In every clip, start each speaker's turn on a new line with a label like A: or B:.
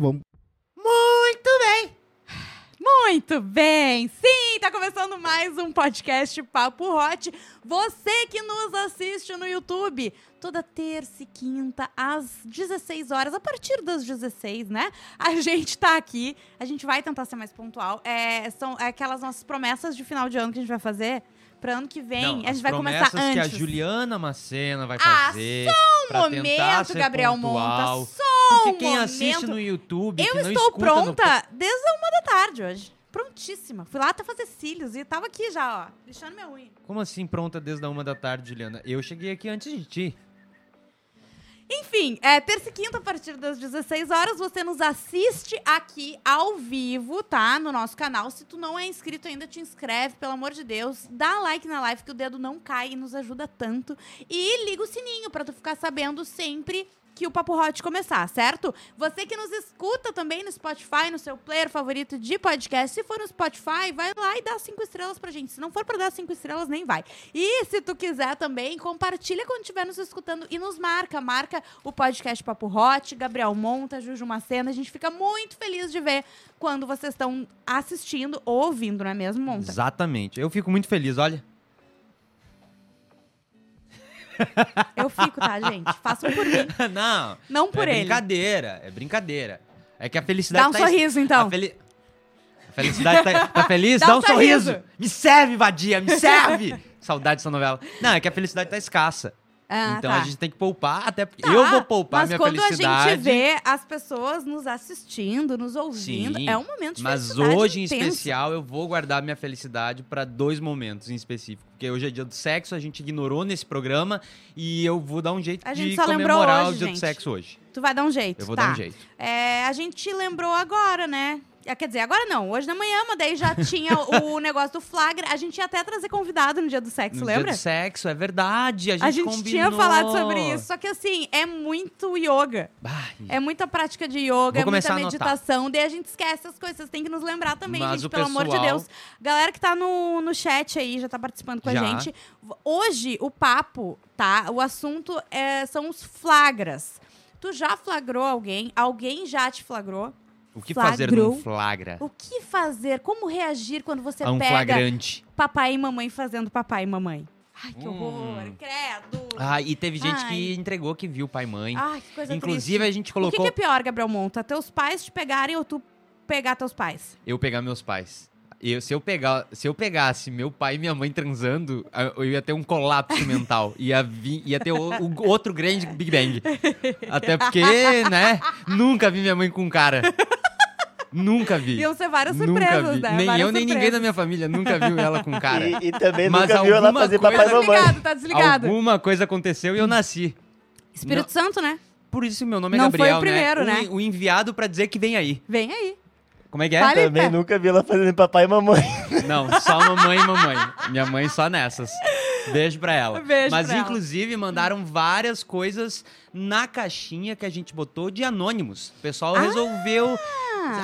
A: Vamos.
B: Muito bem!
C: Muito bem! Sim, tá começando mais um podcast Papo Hot. Você que nos assiste no YouTube, toda terça e quinta às 16 horas, a partir das 16, né? A gente tá aqui, a gente vai tentar ser mais pontual. É, são aquelas nossas promessas de final de ano que a gente vai fazer pra ano que vem.
B: Não,
C: a
B: as
C: gente vai começar
B: promessas
C: antes.
B: que a Juliana Macena vai
C: Ah,
B: fazer.
C: só
B: pra
C: um
B: tentar
C: momento,
B: ser
C: Gabriel
B: pontual.
C: Monta. Só
B: Porque
C: um
B: quem
C: momento.
B: assiste no YouTube, que
C: Eu
B: não
C: estou
B: escuta no-
C: pronta desde a uma da tarde hoje. Prontíssima. Fui lá até fazer cílios e tava aqui já, ó. Lixando minha unha.
B: Como assim pronta desde a uma da tarde, Juliana? Eu cheguei aqui antes de ti.
C: Enfim, é terça e quinta, a partir das 16 horas, você nos assiste aqui ao vivo, tá? No nosso canal. Se tu não é inscrito ainda, te inscreve, pelo amor de Deus. Dá like na live que o dedo não cai e nos ajuda tanto. E liga o sininho pra tu ficar sabendo sempre que o Papo Hot começar, certo? Você que nos escuta também no Spotify, no seu player favorito de podcast, se for no Spotify, vai lá e dá cinco estrelas pra gente. Se não for pra dar cinco estrelas, nem vai. E se tu quiser também, compartilha quando estiver nos escutando e nos marca. Marca o podcast Papo Hot, Gabriel Monta, Juju Macena. A gente fica muito feliz de ver quando vocês estão assistindo ou ouvindo, não é mesmo, Monta?
B: Exatamente. Eu fico muito feliz, olha.
C: Eu fico, tá, gente? Façam por mim,
B: não,
C: não por
B: é
C: ele.
B: brincadeira, é brincadeira. É que a felicidade
C: Dá um
B: tá
C: sorriso,
B: A,
C: então.
B: feli- a felicidade tá, tá feliz?
C: Dá
B: Dá,
C: um
B: um sorriso.
C: sorriso.
B: Me serve, vadia, me serve! Saudade dessa novela. Não, é que a felicidade tá escassa.
C: Ah,
B: então
C: tá.
B: a gente tem que poupar, até porque
C: Tá,
B: eu vou poupar
C: mas
B: minha
C: quando
B: felicidade.
C: a gente vê as pessoas nos assistindo, nos ouvindo,
B: Sim,
C: é um momento de
B: mas
C: felicidade
B: hoje em
C: intenso.
B: especial eu vou guardar minha felicidade pra dois momentos em específico, porque hoje é dia do sexo, a gente ignorou nesse programa e eu vou dar um jeito
C: A gente
B: de
C: só lembrou
B: comemorar
C: hoje,
B: o dia
C: gente.
B: do sexo hoje.
C: Tu vai dar um jeito,
B: Eu vou
C: tá?
B: dar um jeito.
C: É, a gente lembrou agora, né? Ah, Quer dizer, agora não, hoje na manhã, mas daí já tinha o negócio do flagra. A gente ia até trazer convidado no dia do sexo,
B: No
C: lembra?
B: dia do sexo, é verdade, a gente
C: a gente
B: combinou.
C: tinha falado sobre isso. Só que assim, é muito yoga.
B: Bah,
C: É muita prática de yoga,
B: Vou
C: é muita
B: começar a anotar.
C: meditação. Daí a gente esquece as coisas. Vocês têm que nos lembrar também,
B: Mas
C: gente,
B: o
C: pelo amor de
B: pessoal-
C: Deus. Galera que tá no, no chat aí, já tá participando com
B: Já.
C: a gente. V- Hoje, o papo, tá? O assunto é, são os flagras. Tu já flagrou alguém? Alguém já te flagrou?
B: O que fazer num
C: É Flagrou.
B: flagra?
C: O que fazer? Como reagir quando você
B: a um
C: pega
B: flagrante.
C: papai e mamãe fazendo papai e mamãe? Ai, que
B: Hum.
C: horror, credo.
B: Ah, e teve gente
C: Ai.
B: que entregou que viu pai e mãe.
C: Ai, que coisa
B: Inclusive, a
C: triste. O
B: gente
C: que
B: colocou
C: que é pior, Gabriel Monta? Teus pais te pegarem ou tu pegar teus pais?
B: eu pegar meus pais. Eu, se, eu pegar, se eu pegasse meu pai e minha mãe transando, a- eu ia ter um colapso mental. Ia, vir, ia ter o, o outro grande Big Bang. Até porque, né? Nunca vi minha mãe com cara. Nunca vi.
C: Iam ser várias
B: nunca
C: surpresas,
B: vi.
C: né?
B: Nem
C: Várias
B: eu, nem ninguém da
C: surpresas.
B: minha família nunca viu ela com cara.
D: E, e também
B: Mas
D: nunca viu ela
B: alguma
D: fazer
B: coisa-
D: papai e
C: Tá
D: mamãe.
C: desligado, tá desligado.
B: Alguma coisa aconteceu
C: Hum.
B: e eu nasci.
C: Espírito Santo, né?
B: Por isso meu nome é
C: Não foi o
B: Gabriel,
C: primeiro, né?
B: O, o enviado pra dizer que vem aí.
C: Vem aí.
B: Como é que é?
C: Fale.
D: Também nunca vi ela fazendo papai e mamãe.
B: Não, só mamãe e mamãe. Minha mãe só nessas. Beijo pra ela.
C: Beijo
B: Mas,
C: pra ela.
B: inclusive, mandaram várias coisas na caixinha que a gente botou de anônimos. O pessoal
C: Ah!
B: resolveu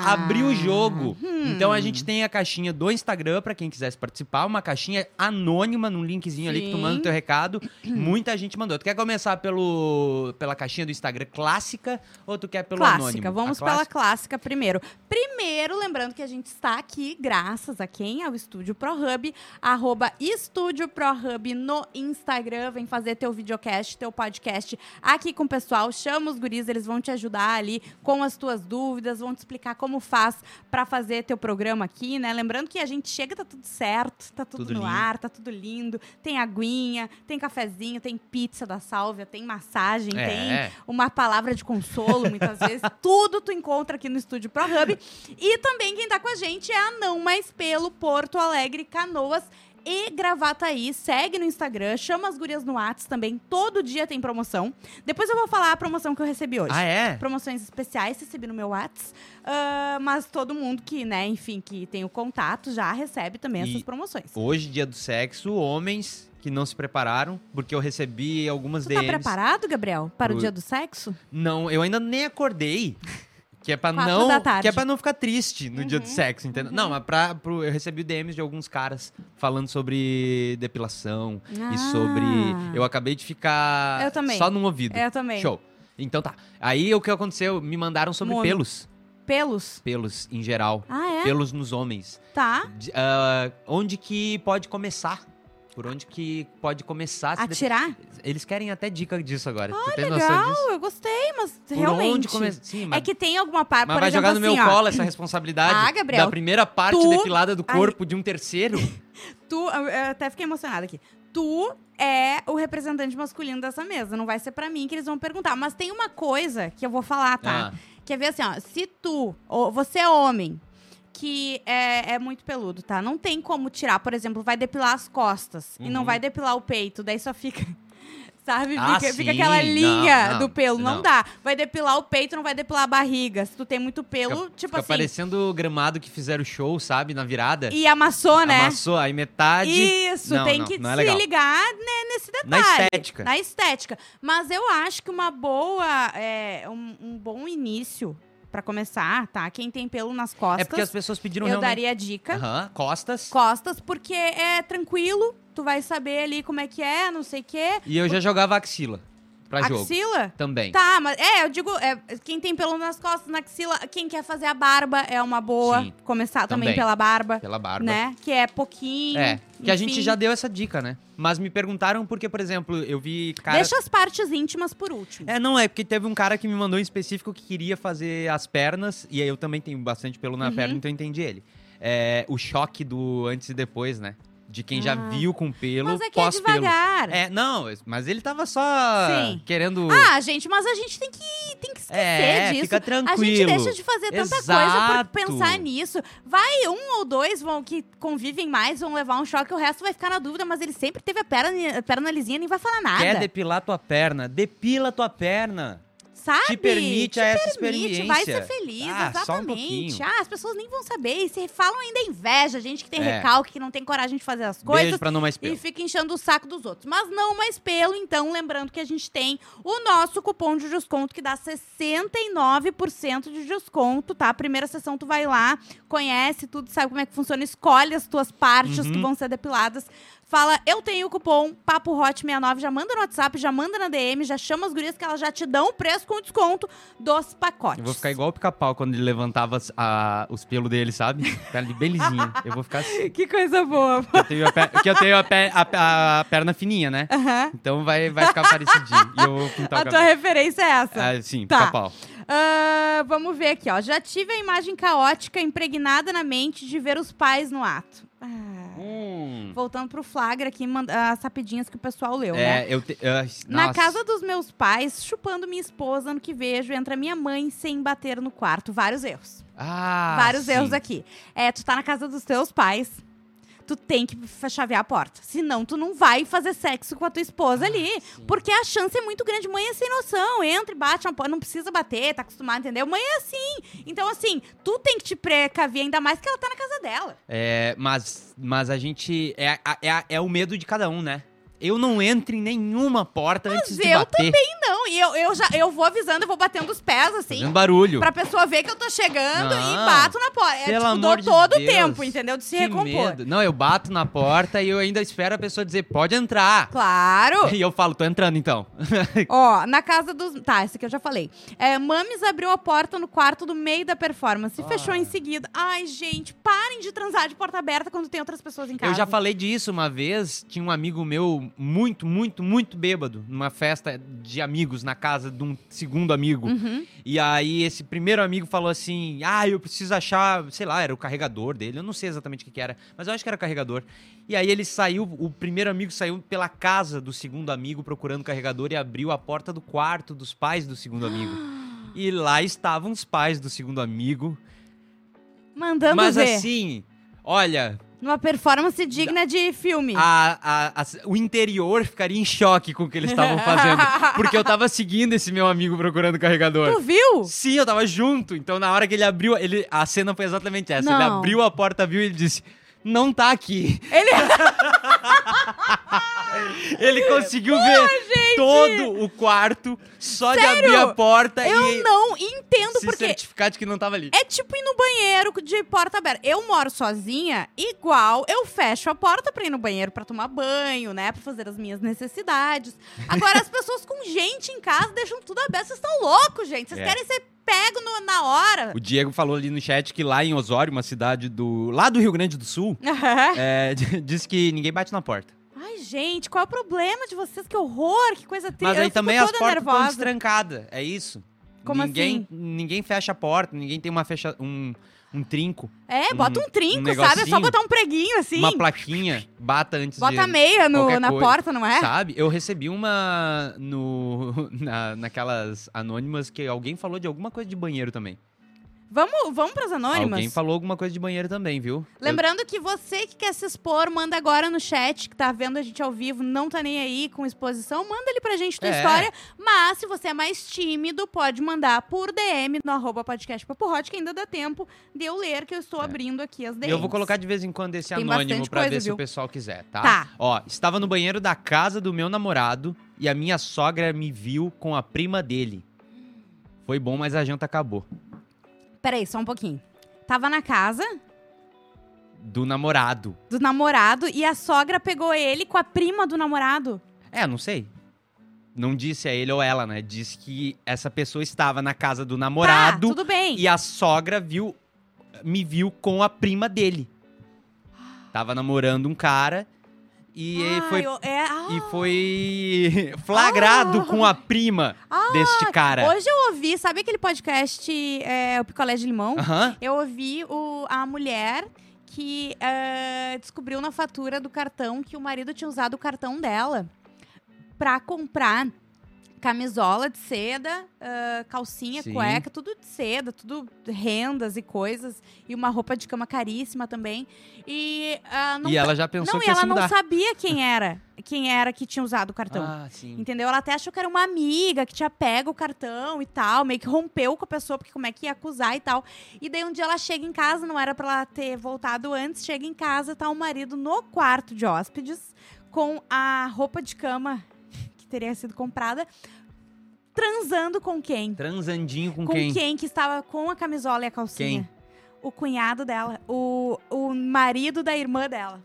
B: abrir o jogo.
C: Hum.
B: Então, a gente tem a caixinha do Instagram, pra quem quisesse participar. Uma caixinha anônima, num linkzinho ali que tu
C: Sim.
B: manda o teu recado. Muita gente mandou. Tu quer começar pelo, pela caixinha do Instagram clássica ou tu quer pelo
C: clássica.
B: anônimo? A
C: Vamos pela
B: clássica?
C: clássica primeiro. Primeiro, lembrando que a gente está aqui, graças a quem? Ao Estúdio ProHub, arroba Estúdio ProHub no Instagram. Vem fazer teu videocast, teu podcast aqui com o pessoal. Chama os guris, eles vão te ajudar ali com as tuas dúvidas, vão te explicar como faz para fazer teu programa aqui, né? Lembrando que a gente chega, tá tudo certo, tá tudo,
B: Tudo
C: no
B: lindo.
C: ar, tá tudo lindo. Tem aguinha, tem cafezinho, tem pizza da sálvia, tem massagem, tem
B: É.
C: uma palavra de consolo, muitas vezes. Tudo tu encontra aqui no Estúdio ProHub. E também quem tá com a gente é a Não Mais Pelo, Porto Alegre, Canoas e Gravataí. Segue no Instagram, chama as gurias no Whats também. Todo dia tem promoção. Depois eu vou falar a promoção que eu recebi hoje.
B: Ah, é?
C: Promoções especiais recebi no meu Whats. Ah, mas todo mundo que, né, enfim, que tem o contato já recebe também
B: E-
C: essas promoções.
B: Hoje, dia do sexo, homens que não se prepararam, porque eu recebi algumas
C: Tu tá
B: DMs.
C: preparado, Gabriel, para o
B: Pro-
C: dia do sexo?
B: Não, eu ainda nem acordei. Que é pra
C: Quatro
B: não,
C: da tarde. Uhum.
B: que é para não ficar triste no dia do sexo, entendeu? Não, mas pra, pro, eu recebi DMs de alguns caras falando sobre depilação e sobre eu acabei de ficar
C: Ah. Eu também.
B: só num ouvido.
C: Eu também.
B: Show. Então tá. Aí o que aconteceu? Me mandaram sobre
C: Mono.
B: pelos.
C: Pelos?
B: Pelos em geral.
C: Ah, é?
B: Pelos nos homens.
C: Tá.
B: De- ah, onde que pode começar? Por onde que pode começar? se
C: Atirar?
B: de- Eles querem até dica disso agora. tu tem noção disso?
C: Ah, Legal, eu gostei, mas
B: Por
C: realmente.
B: onde começar? Sim, mas,
C: É que tem alguma parte.
B: mas
C: por
B: vai
C: exemplo,
B: jogar no meu
C: assim, ó,
B: colo essa responsabilidade
C: Ah, Gabriel,
B: da primeira parte
C: tu-
B: depilada do corpo de um terceiro.
C: Tu, eu- eu até fiquei emocionada aqui. Tu é o representante masculino dessa mesa. Não vai ser pra mim que eles vão perguntar. Mas tem uma coisa que eu vou falar, tá?
B: Ah,
C: Quer ver assim, ó. Se tu, ou você é homem, que é, é muito peludo, tá? Não tem como tirar, por exemplo, vai depilar as costas e não
B: Uhum.
C: vai depilar o peito. Daí só fica. Sabe?
B: Ah,
C: Fica, fica
B: sim,
C: aquela
B: não,
C: linha
B: não,
C: do pelo. Não.
B: não.
C: dá. Vai depilar o peito, não vai depilar a barriga. Se tu tem muito pelo, tipo
B: fica
C: assim.
B: parecendo o gramado que fizeram show, sabe? Na virada.
C: E amassou, né?
B: Amassou, aí metade.
C: Isso,
B: Não,
C: tem
B: não,
C: que
B: não é
C: se
B: legal.
C: ligar né, nesse detalhe.
B: Na estética.
C: Na estética. Mas eu acho que uma boa. é, um, um bom início pra começar, tá? Quem tem pelo nas costas,
B: É porque as pessoas pediram
C: eu
B: realmente.
C: daria a dica.
B: Aham, costas.
C: Costas, porque é tranquilo, tu vai saber ali como é que é, não sei o quê.
B: E eu já jogava axila pra jogo.
C: Axila?
B: Também.
C: Tá, mas é, eu digo, é, quem tem pelo nas costas, na axila, quem quer fazer a barba é uma boa.
B: Sim.
C: Começar também,
B: Também.
C: pela barba,
B: Pela barba.
C: né? Que é pouquinho.
B: É, que a gente
C: enfim.
B: já deu essa dica, né? Mas me perguntaram porque, por exemplo, eu vi cara.
C: Deixa as partes íntimas por último.
B: É, não, é porque teve um cara que me mandou em específico que queria fazer as pernas, e aí eu também tenho bastante pelo na
C: Uhum.
B: perna, então eu entendi ele. É, o choque do antes e depois, né? De quem já
C: Ah.
B: viu com pelo,
C: Mas é que é
B: pós-pelo.
C: devagar.
B: É, não, mas ele tava só
C: Sim.
B: querendo.
C: Ah, gente, mas a gente tem que, tem que esquecer
B: é,
C: disso.
B: fica tranquilo.
C: A gente deixa de fazer tanta coisa
B: Exato.
C: por pensar nisso. Vai um ou dois vão que convivem mais, vão levar um choque, o resto vai ficar na dúvida, mas ele sempre teve a perna, a perna lisinha e nem vai falar
B: Quer
C: nada.
B: depilar tua perna? Depila tua perna.
C: Sabe?
B: Te permite a essa
C: Permite,
B: experiência.
C: vai ser feliz,
B: Ah,
C: exatamente.
B: só um pouquinho.
C: ah, as pessoas nem vão saber. E se falam ainda inveja, gente que tem
B: É.
C: recalque, que não tem coragem de fazer as
B: Beijo
C: coisas.
B: pra não mais
C: E
B: pelo.
C: fica enchendo o saco dos outros. Mas não mais pelo, então, lembrando que a gente tem o nosso cupom de desconto que dá 69% de desconto, tá? Primeira sessão tu vai lá, conhece tudo, sabe como é que funciona, escolhe as tuas partes
B: Uhum.
C: que vão ser depiladas. Fala, eu tenho o cupom Papo Hot 69, já manda no WhatsApp, já manda na DM, já chama as gurias que elas já te dão o preço com desconto dos pacotes.
B: Eu vou ficar igual o pica-pau quando ele levantava as- a- os pelos dele, sabe? Tá ali bem lisinho. Eu vou ficar assim.
C: Que coisa boa.
B: Que eu tenho a, per- que eu tenho a, per- a- a perna fininha, né?
C: Aham.
B: Então vai, vai ficar parecidinho. E eu vou pintar
C: A
B: o
C: tua
B: cabelo.
C: referência é essa.
B: Ah, sim,
C: Tá.
B: pica-pau.
C: Ah, vamos ver aqui, ó. Já tive a imagem caótica impregnada na mente de ver os pais no ato. Ah,
B: Hum.
C: Voltando pro flagra aqui, manda- as rapidinhas que o pessoal leu, né?
B: É, eu te- ah, nossa.
C: Na casa dos meus pais, chupando minha esposa no que vejo, entra minha mãe sem bater no quarto. Vários erros.
B: Ah,
C: Vários
B: sim.
C: erros aqui. É, tu tá na casa dos teus pais, tu tem que fa- chavear a porta. Senão, tu não vai fazer sexo com a tua
B: Ah,
C: esposa ali. Porque a chance é muito grande. Mãe é sem noção. Entra e bate, uma porta, não precisa bater, tá acostumado, entendeu? Mãe é assim. Então, assim, tu tem que te precaver, ainda mais que ela tá na casa dela.
B: É, mas, mas a gente. É, a- é, a- é o medo de cada um, né? Eu não entro em nenhuma porta antes de
C: eu
B: bater.
C: E não, e eu, eu já eu vou avisando, eu vou batendo os pés, assim.
B: Fazendo um barulho.
C: Pra pessoa ver que eu tô chegando e
B: Não.
C: bato na porta. É,
B: Pelo
C: tipo,
B: amor
C: dou
B: de
C: todo o
B: Deus.
C: tempo, entendeu? De se
B: Que
C: recompor.
B: medo. Não, eu bato na porta e eu ainda espero a pessoa dizer, pode entrar.
C: Claro!
B: E eu falo, tô entrando então.
C: Ó, na casa dos. Tá, esse aqui eu já falei. É, Mames abriu a porta no quarto do meio da performance.
B: Ah.
C: Fechou em seguida. Ai, gente, parem de transar de porta aberta quando tem outras pessoas em casa.
B: Eu já falei disso uma vez. Tinha um amigo meu muito, muito, muito bêbado numa festa de amigos na casa de um segundo amigo.
C: Uhum.
B: E aí esse primeiro amigo falou assim: "Ah, eu preciso achar, sei lá, era o carregador dele, eu não sei exatamente o que que era, mas eu acho que era o carregador". E aí ele saiu, o primeiro amigo saiu pela casa do segundo amigo procurando o carregador e abriu a porta do quarto dos pais do segundo amigo. E lá estavam os pais do segundo amigo.
C: Mandando
B: mas
C: ver.
B: assim, olha,
C: Numa performance digna de filme.
B: Ah, a- a- a- o interior ficaria em choque com o que eles estavam fazendo. porque eu tava seguindo esse meu amigo procurando o carregador.
C: Tu viu?
B: Sim, eu tava junto. Então na hora que ele abriu, ele, a cena foi exatamente essa. Ele
C: Não.
B: abriu a porta, viu e ele disse: Não tá aqui.
C: Ele.
B: Ele conseguiu ver todo o quarto só
C: Sério?
B: de abrir a porta
C: Eu
B: e
C: não entendo
B: se
C: porque
B: certificar de que não tava ali.
C: É tipo ir no banheiro de porta aberta. Eu moro sozinha, igual eu fecho a porta pra ir no banheiro pra tomar banho, né? Pra fazer as minhas necessidades. Agora, as pessoas com gente em casa deixam tudo aberto. Vocês estão loucos, gente. Vocês
B: É.
C: querem ser pego no- na hora.
B: O Diego falou ali no chat que lá em Osório, uma cidade do. lá do Rio Grande do Sul, é, d- diz que ninguém bate na porta.
C: Ai, gente, qual é o problema de vocês? Que horror, que coisa triste.
B: Mas
C: eu
B: aí
C: fico
B: também as
C: toda
B: portas estão
C: nervosa.
B: destrancadas. É isso.
C: Como
B: ninguém,
C: assim?
B: ninguém fecha a porta, ninguém tem uma fecha, um, um trinco,
C: É, bota um trinco, sabe? É só
B: negocinho.
C: botar um preguinho assim.
B: uma plaquinha, bata antes de.
C: Bota a meia no-
B: qualquer
C: na
B: coisa,
C: porta, não é?
B: Sabe? Eu recebi uma no, na, naquelas anônimas que alguém falou de alguma coisa de banheiro também.
C: Vamos, vamos pras anônimas?
B: Alguém falou alguma coisa de banheiro também, viu?
C: Lembrando que você que quer se expor, manda agora no chat, que tá vendo a gente ao vivo, não tá nem aí com exposição, manda ali pra gente tua
B: É.
C: história. Mas se você é mais tímido, pode mandar por DM no arroba podcast Papo Hot, que ainda dá tempo de eu ler, que eu estou abrindo aqui as
B: É. Eu,
C: DMs.
B: eu vou colocar de vez em quando esse
C: Tem
B: anônimo
C: bastante
B: pra
C: coisa,
B: ver se
C: viu?
B: o pessoal quiser, tá?
C: Tá.
B: Ó, estava no banheiro da casa do meu namorado e a minha sogra me viu com a prima dele. Foi bom, mas a janta acabou.
C: Peraí, só um pouquinho. Tava na casa
B: Do namorado.
C: do namorado e a sogra pegou ele com a prima do namorado. Tá,
B: É, não sei. Não disse é ele ou ela, né? Disse que essa pessoa estava na casa do
C: Tá,
B: namorado
C: tudo bem.
B: e a sogra viu me viu com a prima dele. Tava namorando um cara e ele
C: Ai,
B: foi
C: eu- é, ah,
B: e foi flagrado
C: Ah.
B: com a prima
C: Ah,
B: deste cara.
C: Hoje eu ouvi, sabe aquele podcast é, O Picolé de Limão?
B: Aham.
C: Eu ouvi o- a mulher que eh, descobriu na fatura do cartão que o marido tinha usado o cartão dela pra comprar camisola de seda, eh, calcinha,
B: Sim.
C: cueca, tudo de seda, tudo rendas e coisas. E uma roupa de cama caríssima também. E, ah, não
B: E
C: tá-
B: ela já pensou
C: não,
B: que
C: e
B: ia
C: ela
B: se
C: não
B: mudar.
C: sabia quem era, quem era que tinha usado o cartão. Então,
B: Ah, sim.
C: Entendeu? Ela até achou que era uma amiga que tinha pego o cartão e tal, meio que rompeu com a pessoa, porque como é que ia acusar e tal. E daí um dia ela chega em casa, não era pra ela ter voltado antes, chega em casa, tá o marido no quarto de hóspedes, com a roupa de cama que teria sido comprada, transando com quem?
B: Transandinho com, quem?
C: que estava com a camisola e a calcinha.
B: Quem?
C: O cunhado dela, o, o marido da irmã dela.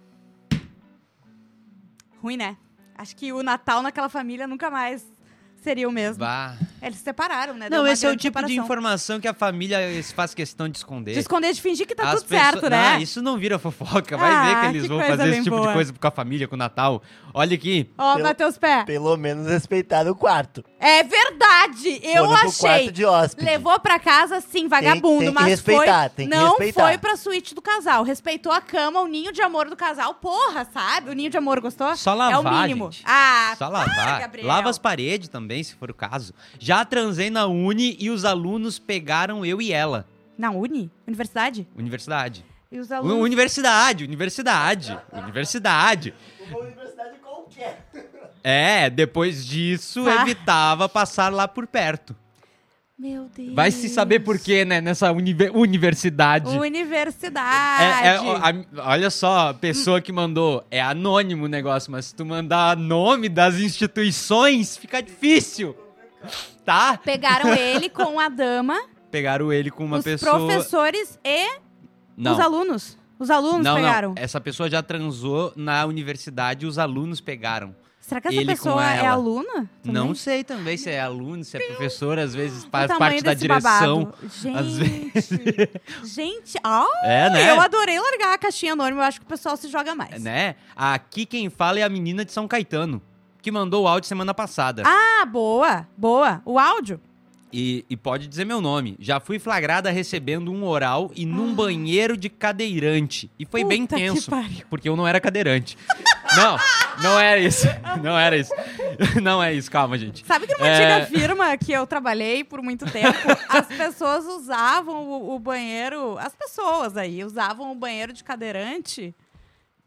C: Ruim, né? Acho que o Natal naquela família nunca mais seria o mesmo.
B: Bah.
C: Eles se separaram, né? Deu
B: Não,
C: uma
B: esse é o
C: grande
B: tipo de
C: separação.
B: informação que a família eh, faz questão de esconder.
C: De esconder, de fingir que tá
B: As
C: tudo
B: pessoas-
C: certo, né?
B: Não, isso não vira fofoca. Vai ver
C: Ah,
B: que eles
C: que
B: vão
C: coisa
B: fazer esse
C: bem
B: tipo
C: boa.
B: de coisa com a família, com o Natal. Olha aqui.
C: Ó,
D: Pelo-
C: bateu os pés.
D: Pelo menos respeitaram o quarto.
C: É verdade! Eu
D: Foram pro quarto
C: achei!
D: de hóspede.
C: Levou pra casa, sim, vagabundo,
D: tem que
C: mas
D: respeitar,
C: foi,
D: tem que
C: não
D: respeitar.
C: foi pra suíte do casal. Respeitou a cama, o ninho de amor do casal. Porra, sabe? O ninho de amor gostou?
B: Só
C: é o
B: lavar,
C: mínimo.
B: gente.
C: Ah,
B: Só lavar.
C: Gabriel.
B: Lava as paredes também, se for o caso. Já transei na Uni e os alunos pegaram eu e ela.
C: Na Uni? Universidade?
B: Universidade.
C: E os
B: U-
C: alunos.
B: Universidade, universidade. Universidade.
D: Uma universidade qualquer.
B: É, depois disso
C: Ah.
B: evitava passar lá por perto.
C: Meu Deus.
B: Vai se saber por quê, né? Nessa univer- universidade.
C: Universidade.
B: É- é, ó, a- olha só, a pessoa que mandou. É anônimo o negócio, mas se tu mandar nome das instituições, fica difícil. Tá?
C: Pegaram ele com a dama,
B: Pegaram ele com uma
C: os
B: pessoa.
C: professores e
B: Não.
C: os alunos. Os alunos
B: não, É
C: pegaram.
B: não. Essa pessoa já transou na universidade e os alunos pegaram.
C: Será que essa
B: Ele com
C: pessoa é
B: ela.
C: aluna? também?
B: Não sei também se é aluno, se é professor, às vezes
C: O
B: faz
C: tamanho
B: parte da
C: desse
B: direção.
C: babado. Gente,
B: às
C: gente, ó,
B: É, né?
C: eu adorei largar a caixinha anônima, eu acho que o pessoal se joga mais.
B: né? Aqui quem fala é a menina de São Caetano, que mandou o áudio semana passada.
C: Ah, boa, boa. O áudio?
B: E, e pode dizer meu nome. Já fui flagrada recebendo um oral e num banheiro de cadeirante. E foi bem
C: Ah. Puta que
B: tenso,
C: pariu.
B: porque eu não era cadeirante. não, não era isso. Não era isso. Não é isso, calma, gente.
C: Sabe que numa
B: É.
C: antiga firma que eu trabalhei por muito tempo, as pessoas usavam o, o banheiro, as pessoas aí usavam o banheiro de cadeirante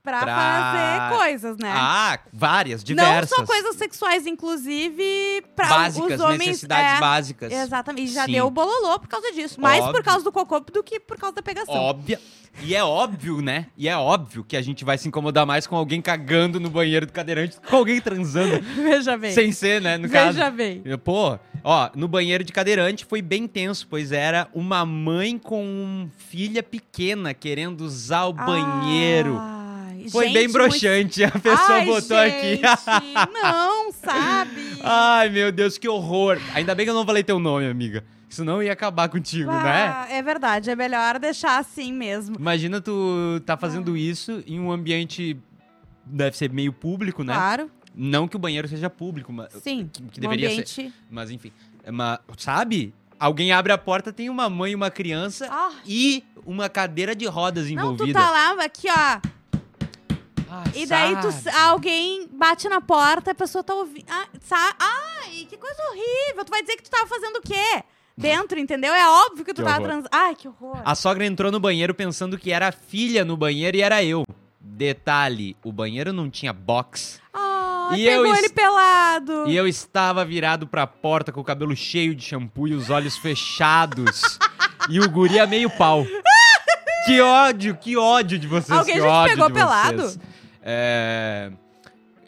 C: pra,
B: Pra-
C: fazer coisas, né?
B: Ah, várias, diversas.
C: Não só coisas sexuais, inclusive pra
B: básicas,
C: os homens.
B: necessidades
C: é,
B: básicas.
C: Exatamente. E já
B: Sim.
C: deu bololô por causa disso. Mais por
B: Óbvio.
C: causa do cocô do que por causa da pegação.
B: Óbvia. E é óbvio, né? E é óbvio que a gente vai se incomodar mais com alguém cagando no banheiro do cadeirante, com alguém transando,
C: Veja bem.
B: sem ser, né, no caso.
C: Veja bem.
B: Pô, ó, no banheiro de cadeirante foi bem tenso, pois era uma mãe com um filha pequena querendo usar o um banheiro.
C: Ai,
B: Foi
C: Ah, gente,
B: bem
C: muito-
B: broxante, a pessoa
C: Ai,
B: botou
C: gente,
B: aqui. Ah,
C: não, sabe?
B: Ai, meu Deus, que horror. Ainda bem que eu não falei teu nome, amiga. Senão ia acabar contigo, né?
C: Ah, É verdade, é melhor deixar assim mesmo.
B: Imagina tu tá fazendo isso em um ambiente deve ser meio público, né?
C: Claro,
B: Não que o banheiro seja público, mas
C: sim.
B: que, que
C: Um
B: deveria ser,
C: ambiente...
B: mas enfim. É uma- sabe? Alguém abre a porta, tem uma mãe e uma criança
C: Ah,
B: e uma cadeira de rodas
C: não, tu
B: envolvida.
C: tá lá, aqui, ó.
B: Ah,
C: E daí tu,
B: sabe?
C: alguém bate na porta, a pessoa tá ouvindo. Ah, sa- Ai, que coisa horrível. Tu vai dizer que tu tava fazendo o quê? Dentro, entendeu? É óbvio que tu
B: Hum. Que
C: tava
B: horror. Ah,
C: transando. Ai, que horror.
B: A sogra entrou no banheiro pensando que era a filha no banheiro e era eu. Detalhe, o banheiro não tinha box.
C: Ah,
B: E
C: pegou
B: eu
C: ele
B: est-
C: pelado.
B: E eu estava virado pra porta com o cabelo cheio de shampoo e os olhos fechados. e o guri a meio pau. Que ódio, que ódio de vocês.
C: Alguém
B: que
C: já te
B: ódio
C: pegou
B: de vocês.
C: pelado?
B: É...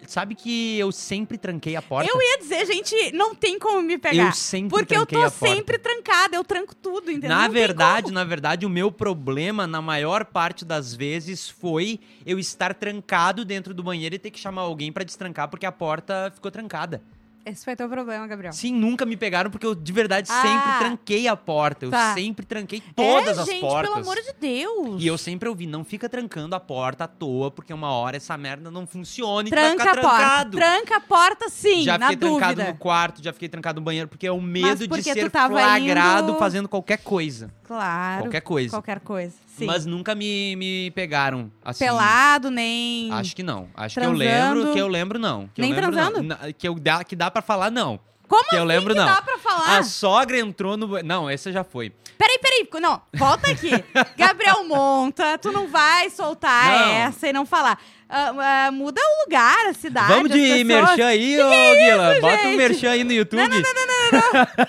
B: Sabe que eu sempre tranquei a porta?
C: Eu ia dizer, gente, não tem como me
B: Eu
C: pegar.
B: sempre
C: porque eu
B: tranquei
C: tô
B: a porta.
C: sempre trancada, eu tranco tudo, entendeu?
B: Na
C: Não tem
B: verdade, na verdade, o meu problema, na maior parte das vezes, foi eu estar trancado dentro do banheiro e ter que chamar alguém pra destrancar porque a porta ficou trancada.
C: como. Esse foi teu problema, Gabriel.
B: Sim, nunca me pegaram porque eu de verdade
C: É. Ah.
B: sempre tranquei a porta. Eu
C: Tá.
B: sempre tranquei todas
C: é,
B: as
C: gente,
B: portas.
C: pelo amor de Deus.
B: E eu sempre ouvi, não fica trancando a porta à toa, porque uma hora essa merda não funciona e tu vai
C: Tranca
B: ficar
C: a porta.
B: tá trancado.
C: Tranca a porta, sim,
B: já
C: na
B: fiquei trancado
C: dúvida.
B: no quarto, já fiquei trancado no banheiro, porque é o medo de
C: porque tu
B: ser
C: tava
B: flagrado
C: indo-
B: fazendo qualquer coisa.
C: Claro.
B: Qualquer coisa.
C: Qualquer coisa. Sim.
B: Mas nunca me, me pegaram assim.
C: Pelado, nem.
B: Acho que não. Acho
C: Transando.
B: que eu lembro, que eu lembro não. Que eu
C: Nem
B: lembro, não.
C: transando?
B: Na- Que, eu dá, que dá pra falar não.
C: Como assim
B: que eu lembro
C: que
B: não.
C: dá pra falar?
B: A sogra entrou no... ba- Não, essa já foi.
C: Peraí, peraí. Não, volta aqui. Gabriel monta, tu não vai soltar
B: Não.
C: essa e não falar. Ah, ah, muda o lugar, a cidade.
B: Vamos de
C: as pessoas.
B: merchan aí, ô Guila. Bota um
C: gente?
B: merchan aí no YouTube. Não, não,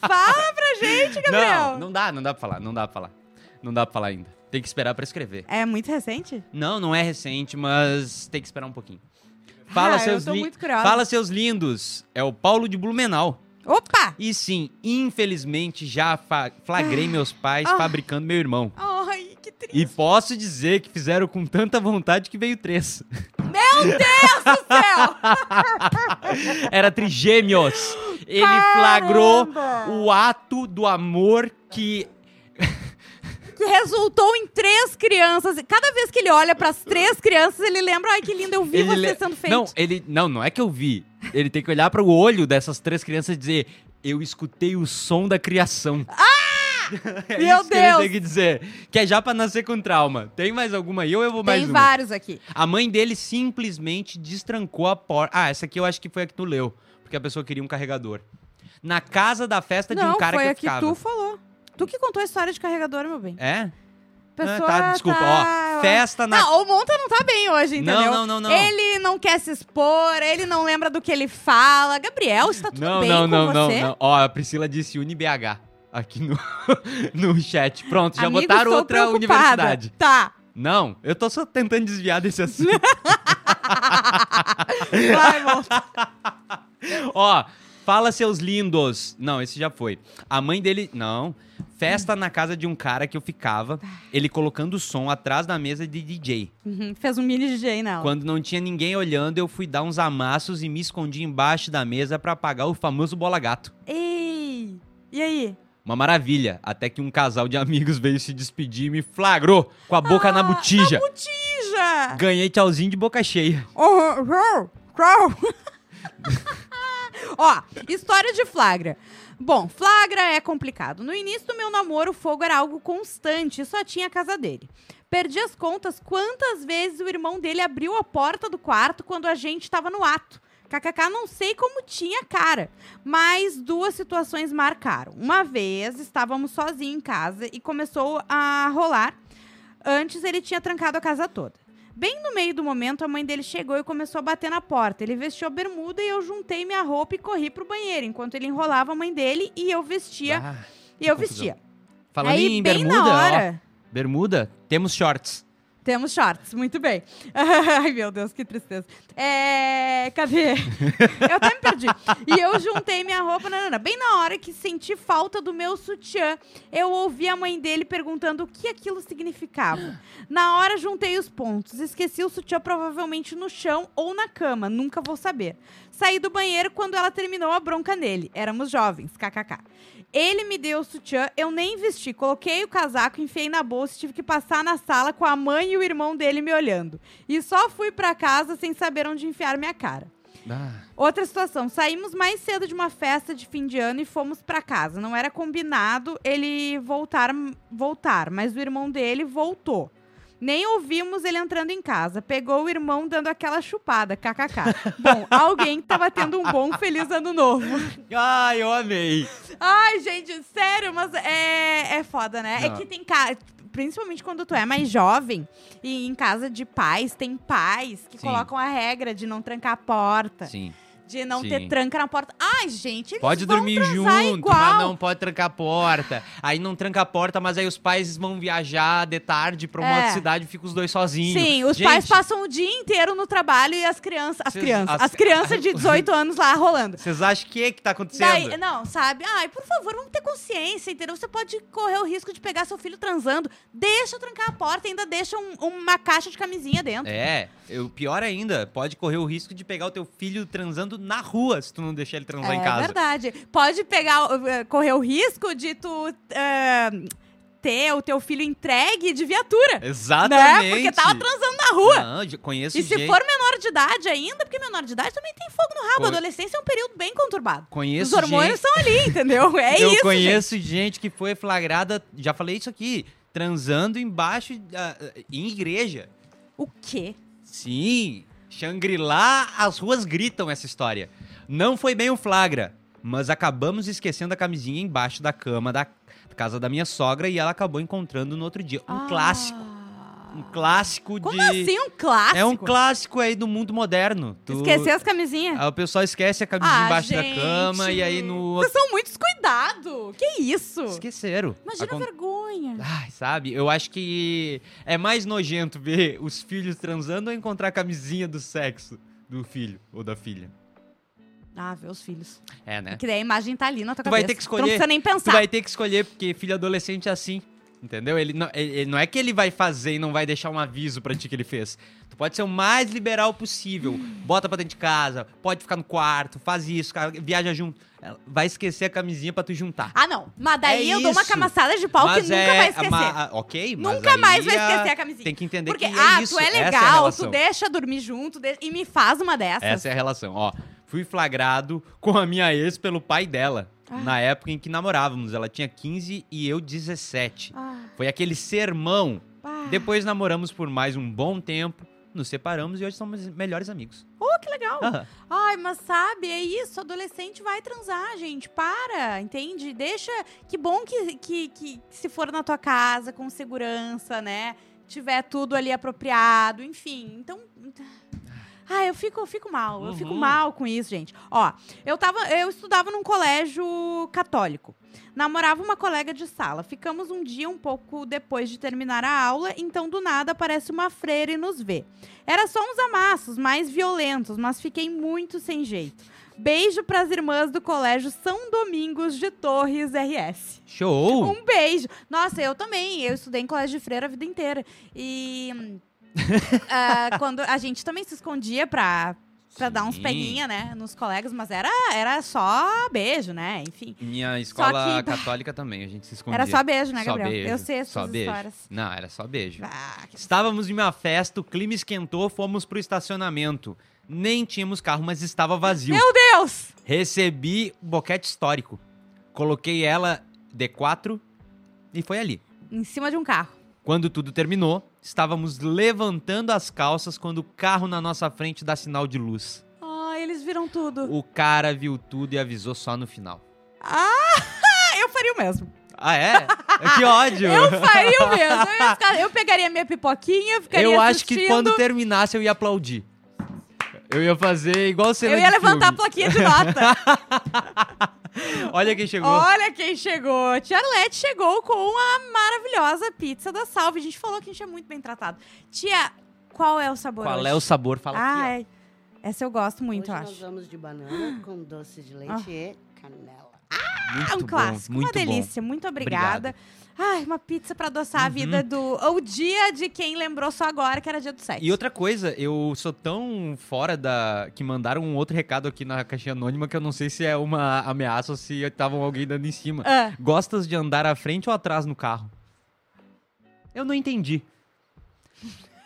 C: Fala pra gente, Gabriel.
B: não, dá, não dá pra falar, não dá pra falar. Não dá pra falar ainda. Tem que esperar pra escrever.
C: É muito recente?
B: Não, não é recente, mas tem que esperar um pouquinho. Fala,
C: ah,
B: seus
C: eu tô
B: li-
C: muito curiosa.
B: Fala, seus lindos. É o Paulo de Blumenau.
C: Opa!
B: E sim, infelizmente já fa- flagrei meus pais
C: Ah.
B: fabricando meu irmão.
C: Ai, que triste.
B: E posso dizer que fizeram com tanta vontade que veio três.
C: do céu!
B: Era trigêmeos. Ele flagrou o ato do amor que
C: Que resultou em três crianças. E Cada vez que ele olha pras três crianças, ele lembra, ai, que lindo, eu vi
B: Ele
C: você
B: le-
C: sendo feito.
B: Não, ele não, não é que eu vi. Ele tem que olhar para o olho dessas três crianças e dizer: "Eu escutei o som da criação". Ah! é
C: Meu
B: isso que ele
C: Deus!
B: tem que dizer. Que é já pra nascer com trauma. Tem mais alguma aí ou eu vou mais
C: Tem
B: uma?
C: vários aqui.
B: A mãe dele simplesmente destrancou a porta. Ah, essa aqui eu acho que foi a que tu leu, porque a pessoa queria um carregador. Na casa da festa de
C: não,
B: um cara
C: foi
B: que
C: a
B: eu
C: que
B: ficava.
C: tu falou. Tu que contou a história de carregador, meu bem.
B: É?
C: Pessoa
B: ah, tá, desculpa, ó. Festa na
C: Não, o Monta não tá bem hoje, entendeu?
B: não, não, não.
C: Ele não quer se expor, ele não lembra do que ele fala. Gabriel, está tudo
B: Não,
C: bem
B: não,
C: com
B: não,
C: você?
B: não, não. Ó, a Priscila disse UniBH aqui no, no chat. Pronto, já
C: Amigo,
B: botaram
C: estou
B: outra
C: preocupada.
B: universidade.
C: Tá.
B: Não, eu tô só tentando desviar desse assunto.
C: Vai, Monta.
B: Ó, fala seus lindos. Não, esse já foi. A mãe dele. Não. Festa na casa de um cara que eu ficava, ele colocando o som atrás da mesa de DJ.
C: Uhum, Fez um mini DJ nela.
B: Quando não tinha ninguém olhando, eu fui dar uns amassos e me escondi embaixo da mesa pra apagar o famoso bola gato.
C: Ei! E aí?
B: Uma maravilha, até que um casal de amigos veio se despedir e me flagrou com a boca
C: Ah,
B: na botija.
C: Ija!
B: Ganhei tchauzinho de boca cheia.
C: Oh, oh, oh. Ó, história de flagra. Bom, flagra é complicado. No início do meu namoro, o fogo era algo constante e só tinha a casa dele. Perdi as contas quantas vezes o irmão dele abriu a porta do quarto quando a gente estava no ato. KKK não sei como tinha cara, mas duas situações marcaram. Uma vez estávamos sozinhos em casa e começou a rolar. Antes ele tinha trancado a casa toda. Bem no meio do momento, a mãe dele chegou e começou a bater na porta. Ele vestiu a bermuda e eu juntei minha roupa e corri pro banheiro, enquanto ele enrolava a mãe dele e eu vestia.
B: Ah,
C: e eu
B: confusão.
C: vestia.
B: falando
C: Aí,
B: em
C: bem
B: bermuda,
C: na hora,
B: ó, bermuda, temos shorts.
C: temos shorts, muito bem. Ai, meu Deus, que tristeza. É, cadê? Eu até me perdi. E eu juntei minha roupa, nanana. bem na hora que senti falta do meu sutiã, eu ouvi a mãe dele perguntando o que aquilo significava. Na hora, juntei os pontos. Esqueci o sutiã provavelmente no chão ou na cama, nunca vou saber. Saí do banheiro quando ela terminou a bronca nele. Éramos jovens, kkk. Ele me deu o sutiã, eu nem vesti. Coloquei o casaco, enfiei na bolsa e tive que passar na sala com a mãe e o irmão dele me olhando. E só fui pra casa sem saber onde enfiar minha cara.
B: Ah,
C: Outra situação, saímos mais cedo de uma festa de fim de ano e fomos pra casa. Não era combinado ele voltar, voltar, mas o irmão dele voltou. Nem ouvimos ele entrando em casa. Pegou o irmão dando aquela chupada, kkk. Bom, alguém tava tendo um bom feliz ano novo.
B: Ah, eu amei.
C: Ai, gente, sério, mas é, é foda, né? É
B: Não.
C: que tem cara. Principalmente quando tu é mais jovem e em casa de pais, tem pais que
B: Sim.
C: colocam a regra de não trancar a porta.
B: Sim.
C: De não
B: Sim.
C: ter tranca na porta. Ai, gente, eles
B: Pode
C: vão
B: dormir
C: transar
B: junto,
C: igual.
B: mas não pode trancar a porta. Aí não tranca a porta, mas aí os pais vão viajar de tarde pra uma
C: É.
B: outra cidade e ficam os dois sozinhos.
C: Sim, os
B: Gente,
C: pais passam o dia inteiro no trabalho e as crianças. As
B: Vocês-
C: crianças.
B: as-
C: As, crianças de 18 anos lá rolando.
B: Vocês acham que é que tá acontecendo?
C: Daí, não, sabe? Ai, por favor, vamos ter consciência, entendeu? Você pode correr o risco de pegar seu filho transando. Deixa eu trancar a porta e ainda deixa um- uma caixa de camisinha dentro.
B: É, eu, pior ainda, pode correr o risco de pegar o teu filho transando na rua se tu não deixar ele transar em casa.
C: É verdade. Pode pegar, eh, correr o risco de tu eh, ter o teu filho entregue de viatura.
B: Exatamente.
C: Né? Porque tava transando na rua.
B: Não, eu conheço
C: E se
B: gente.
C: for menor de idade ainda, porque menor de idade também tem fogo no rabo.
B: Co-
C: A adolescência é um período bem conturbado.
B: Conheço
C: Os hormônios são ali, entendeu? É
B: eu
C: isso. gente.
B: conheço gente. que foi flagrada, já falei isso aqui, transando embaixo ah, em igreja.
C: O quê?
B: Sim, Xangri-Lá, as ruas gritam essa história. Não foi bem um flagra, mas acabamos esquecendo a camisinha embaixo da cama da casa da minha sogra e ela acabou encontrando no outro dia. Um
C: Ah.
B: clássico, um clássico
C: Como
B: de
C: assim um clássico?
B: É um clássico aí do mundo moderno. Tu-
C: Esquecer as camisinhas.
B: Aí o pessoal esquece a camisinha
C: Ah,
B: embaixo
C: gente.
B: da cama e aí no
C: Vocês são muito descuidados. Que isso?
B: esqueceram.
C: Imagina
B: Acon-
C: a vergonha.
B: Ai, sabe? Eu acho que é mais nojento ver os filhos transando ou encontrar a camisinha do sexo do filho ou da filha.
C: Ah, ver os filhos.
B: É, né?
C: Que daí a imagem tá ali na tua
B: Tu vai
C: cabeça.
B: ter que escolher.
C: Não precisa nem pensar.
B: Tu vai ter que escolher porque filho adolescente é assim. Entendeu? Ele não, ele- ele não é que ele vai fazer e não vai deixar um aviso pra ti que ele fez. Tu pode ser o mais liberal possível. Bota pra dentro de casa, pode ficar no quarto, faz isso, cara, viaja junto. Ela Vai esquecer a camisinha pra tu juntar.
C: Ah, não. Mas daí
B: É
C: eu dou uma
B: isso. é
C: camaçada de pau que nunca vai esquecer.
B: ma- ah, ok, mas
C: nunca mais vai
B: aí, ah,
C: esquecer a camisinha.
B: Tem que entender
C: Porque,
B: que é
C: ah,
B: isso.
C: tu é
B: essa a
C: legal, tu
B: relação.
C: deixa dormir junto de- e me faz uma dessas.
B: Essa é a relação, ó. Fui flagrado com a minha ex pelo pai dela,
C: Ah.
B: na época em que namorávamos. Ela tinha 15 e eu 17.
C: Ah,
B: Foi aquele sermão.
C: pá.
B: Depois namoramos por mais um bom tempo, nos separamos e hoje somos melhores amigos.
C: Oh, que legal.
B: Aham.
C: Ai, mas sabe, é isso, adolescente vai transar, gente. Para, entende? Deixa. Que bom que, que, que se for na tua casa, com segurança, né? Tiver tudo ali apropriado, enfim. Então. Ah, eu fico, eu fico mal, eu fico
B: Uhum.
C: mal com isso, gente. Ó, eu tava, eu estudava num colégio católico. Namorava uma colega de sala. Ficamos um dia um pouco depois de terminar a aula, então do nada aparece uma freira e nos vê. Era só uns amassos mais violentos, mas fiquei muito sem jeito. Beijo pras irmãs do colégio São Domingos de Torres RS.
B: Show!
C: Um beijo. Nossa, eu também. Eu estudei em colégio de freira a vida inteira. E hum, ah, quando a gente também se escondia pra, pra dar uns
B: Sim.
C: peguinha, né, nos colegas, mas era, era só beijo, né? Enfim.
B: Minha escola
C: que-
B: católica também, a gente se escondia.
C: Era só beijo, né,
B: Só
C: Gabriel?
B: beijo,
C: Eu sei essas
B: só beijo.
C: histórias.
B: Não, era só beijo.
C: Ah, que-
B: Estávamos em uma festa, o clima esquentou, fomos pro estacionamento. Nem tínhamos carro, mas estava vazio.
C: Meu Deus!
B: Recebi um boquete histórico. Coloquei ela D4 e foi ali.
C: Em cima de um carro.
B: Quando tudo terminou, estávamos levantando as calças quando o carro na nossa frente dá sinal de luz.
C: Ai, Ah, eles viram tudo.
B: O cara viu tudo e avisou só no final.
C: Ah, eu faria o mesmo.
B: Ah, é? Que ódio!
C: Eu faria o mesmo. Eu, ia ficar- eu pegaria minha pipoquinha, ficaria
B: Eu acho que
C: assistindo,
B: quando terminasse eu ia aplaudir. Eu ia fazer igual cena
C: Eu ia
B: de
C: levantar a
B: filme.
C: plaquinha de nota.
B: Olha quem chegou.
C: Olha quem chegou. Tia Arlete chegou com a maravilhosa pizza da Salve. A gente falou que a gente é muito bem tratado. Tia, qual é o sabor
B: Qual
C: hoje?
B: é o sabor? Fala aqui.
C: Ai, essa eu gosto muito,
A: Hoje
C: eu
A: nós
C: acho.
A: vamos de banana com doce de leite
C: Ah.
A: e canela.
B: ó.
C: Ah, um
B: Muito
C: clássico,
B: bom, muito
C: uma delícia. Muito obrigada. Ai, uma pizza pra adoçar a
B: Uhum.
C: vida do... O dia de quem lembrou só agora, que era dia do sexo.
B: E outra coisa, eu sou tão fora da. que mandaram um outro recado aqui na caixinha anônima que eu não sei se é uma ameaça ou se estavam alguém dando em cima.
C: Ah,
B: Gostas de andar à frente ou atrás no carro? Eu não entendi.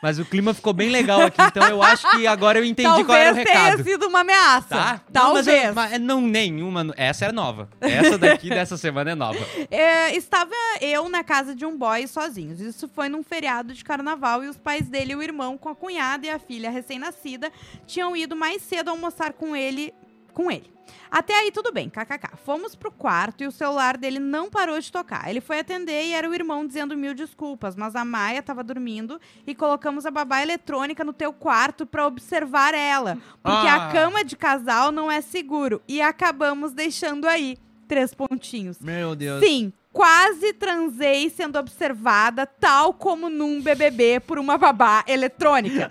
B: Mas o clima ficou bem legal aqui, então eu acho que agora eu entendi
C: talvez
B: qual era o
C: tenha
B: recado.
C: sido uma ameaça.
B: Tá? Não, mas eu-
C: Talvez.
B: mas não, nenhuma. Essa é nova. Essa daqui dessa semana é nova.
C: É, estava eu na casa de um boy sozinhos. Isso foi num feriado de carnaval e os pais dele, e o irmão com a cunhada e a filha recém-nascida, tinham ido mais cedo almoçar com ele, com ele. Até aí tudo bem, kkk. Fomos pro quarto e o celular dele não parou de tocar. Ele foi atender e era o irmão dizendo mil desculpas, mas a Maia tava dormindo e colocamos a babá eletrônica no teu quarto pra observar ela, porque
B: Ah.
C: a cama de casal não é seguro e acabamos deixando aí três pontinhos.
B: Meu Deus.
C: Sim, quase transei sendo observada, tal como num BBB, por uma babá eletrônica.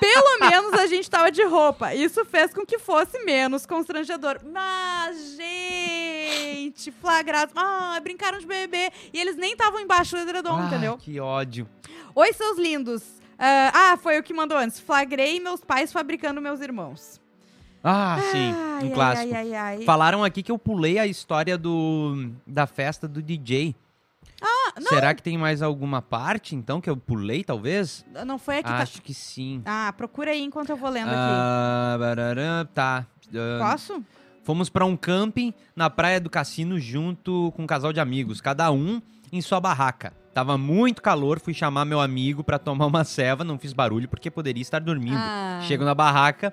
C: Pelo menos a gente tava de roupa. Isso fez com que fosse menos constrangedor. Mas, gente, flagrados. Ah, brincaram de BBB. E eles nem estavam embaixo do edredom,
B: Ah,
C: entendeu?
B: Que ódio.
C: Oi, seus lindos. Ah, ah, foi o que mandou antes. Flagrei meus pais fabricando meus irmãos.
B: Ah, sim.
C: Ai,
B: um
C: ai,
B: clássico.
C: ai, ai, ai.
B: Falaram aqui que eu pulei a história do, da festa do DJ.
C: Ah, é
B: Será que tem mais alguma parte, então, que eu pulei, talvez?
C: Não foi aqui. Tá...
B: Acho que sim.
C: Ah, procura aí enquanto eu vou lendo aqui.
B: Ah, barará, tá. Ah,
C: Posso?
B: fomos pra um camping na praia do cassino junto com um casal de amigos, cada um em sua barraca. Tava muito calor, fui chamar meu amigo pra tomar uma ceva, não fiz barulho porque poderia estar dormindo.
C: Ah.
B: Chego na barraca